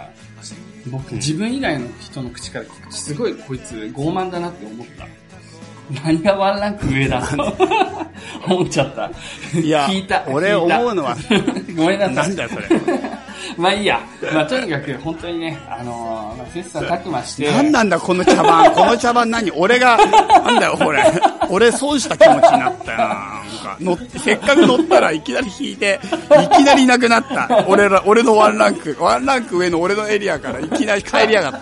Speaker 1: 僕自分以外の人の口から聞くと、すごいこいつ傲慢だなって思った。何がワンランク上だ と思っちゃった。
Speaker 2: いや
Speaker 1: 聞いた。
Speaker 2: 俺
Speaker 1: 聞いた
Speaker 2: 思うのは
Speaker 1: ごめんな
Speaker 2: な
Speaker 1: さ
Speaker 2: ん
Speaker 1: い。
Speaker 2: だよ、それ。
Speaker 1: まあいいや。まあとにかく本当にね、あのー、まあ切磋琢磨して、
Speaker 2: 何なんだこの茶番この茶番何俺がなんだよこれ俺損した気持ちになったよななんか乗ってせっかく乗ったらいきなり引いていきなりいなくなった俺ら俺のワンランクワンランク上の俺のエリアからいきなり帰りやがった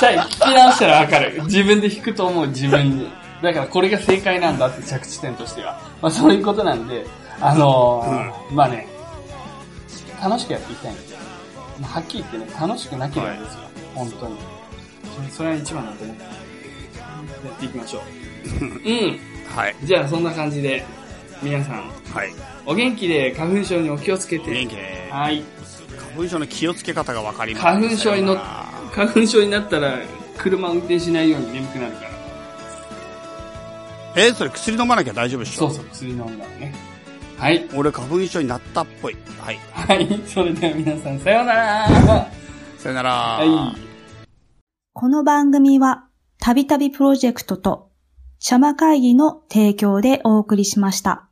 Speaker 1: じゃあ聞き直したらわかる。自分で弾くと思う、自分に。だからこれが正解なんだって着地点としては。まあそういうことなんで、あのーまあね、楽しくやっていきたいんですよ。まあ、はっきり言ってね、楽しくなければですよ。本当に。それそれは一番だと思って。やっていきましょう。うん。
Speaker 2: はい。
Speaker 1: じゃあそんな感じで、皆さん、
Speaker 2: はい。
Speaker 1: お元気で花粉症にお気をつけて。
Speaker 2: 元気で
Speaker 1: はい。
Speaker 2: 花粉症の気をつけ方が分かります
Speaker 1: 花粉症にの
Speaker 2: さよなら、
Speaker 1: 花粉症になったら、車運転しないように眠くなるから。
Speaker 2: えーそれ薬飲まなきゃ大丈夫でし
Speaker 1: そ
Speaker 2: ょ
Speaker 1: うそう、薬飲んだらね。はい。
Speaker 2: 俺花粉症になったっぽい。はい。
Speaker 1: はい。それでは皆さん、さようなら。
Speaker 2: さよなら。
Speaker 1: はい。
Speaker 4: この番組は、たびたびプロジェクトと、シャマ会議の提供でお送りしました。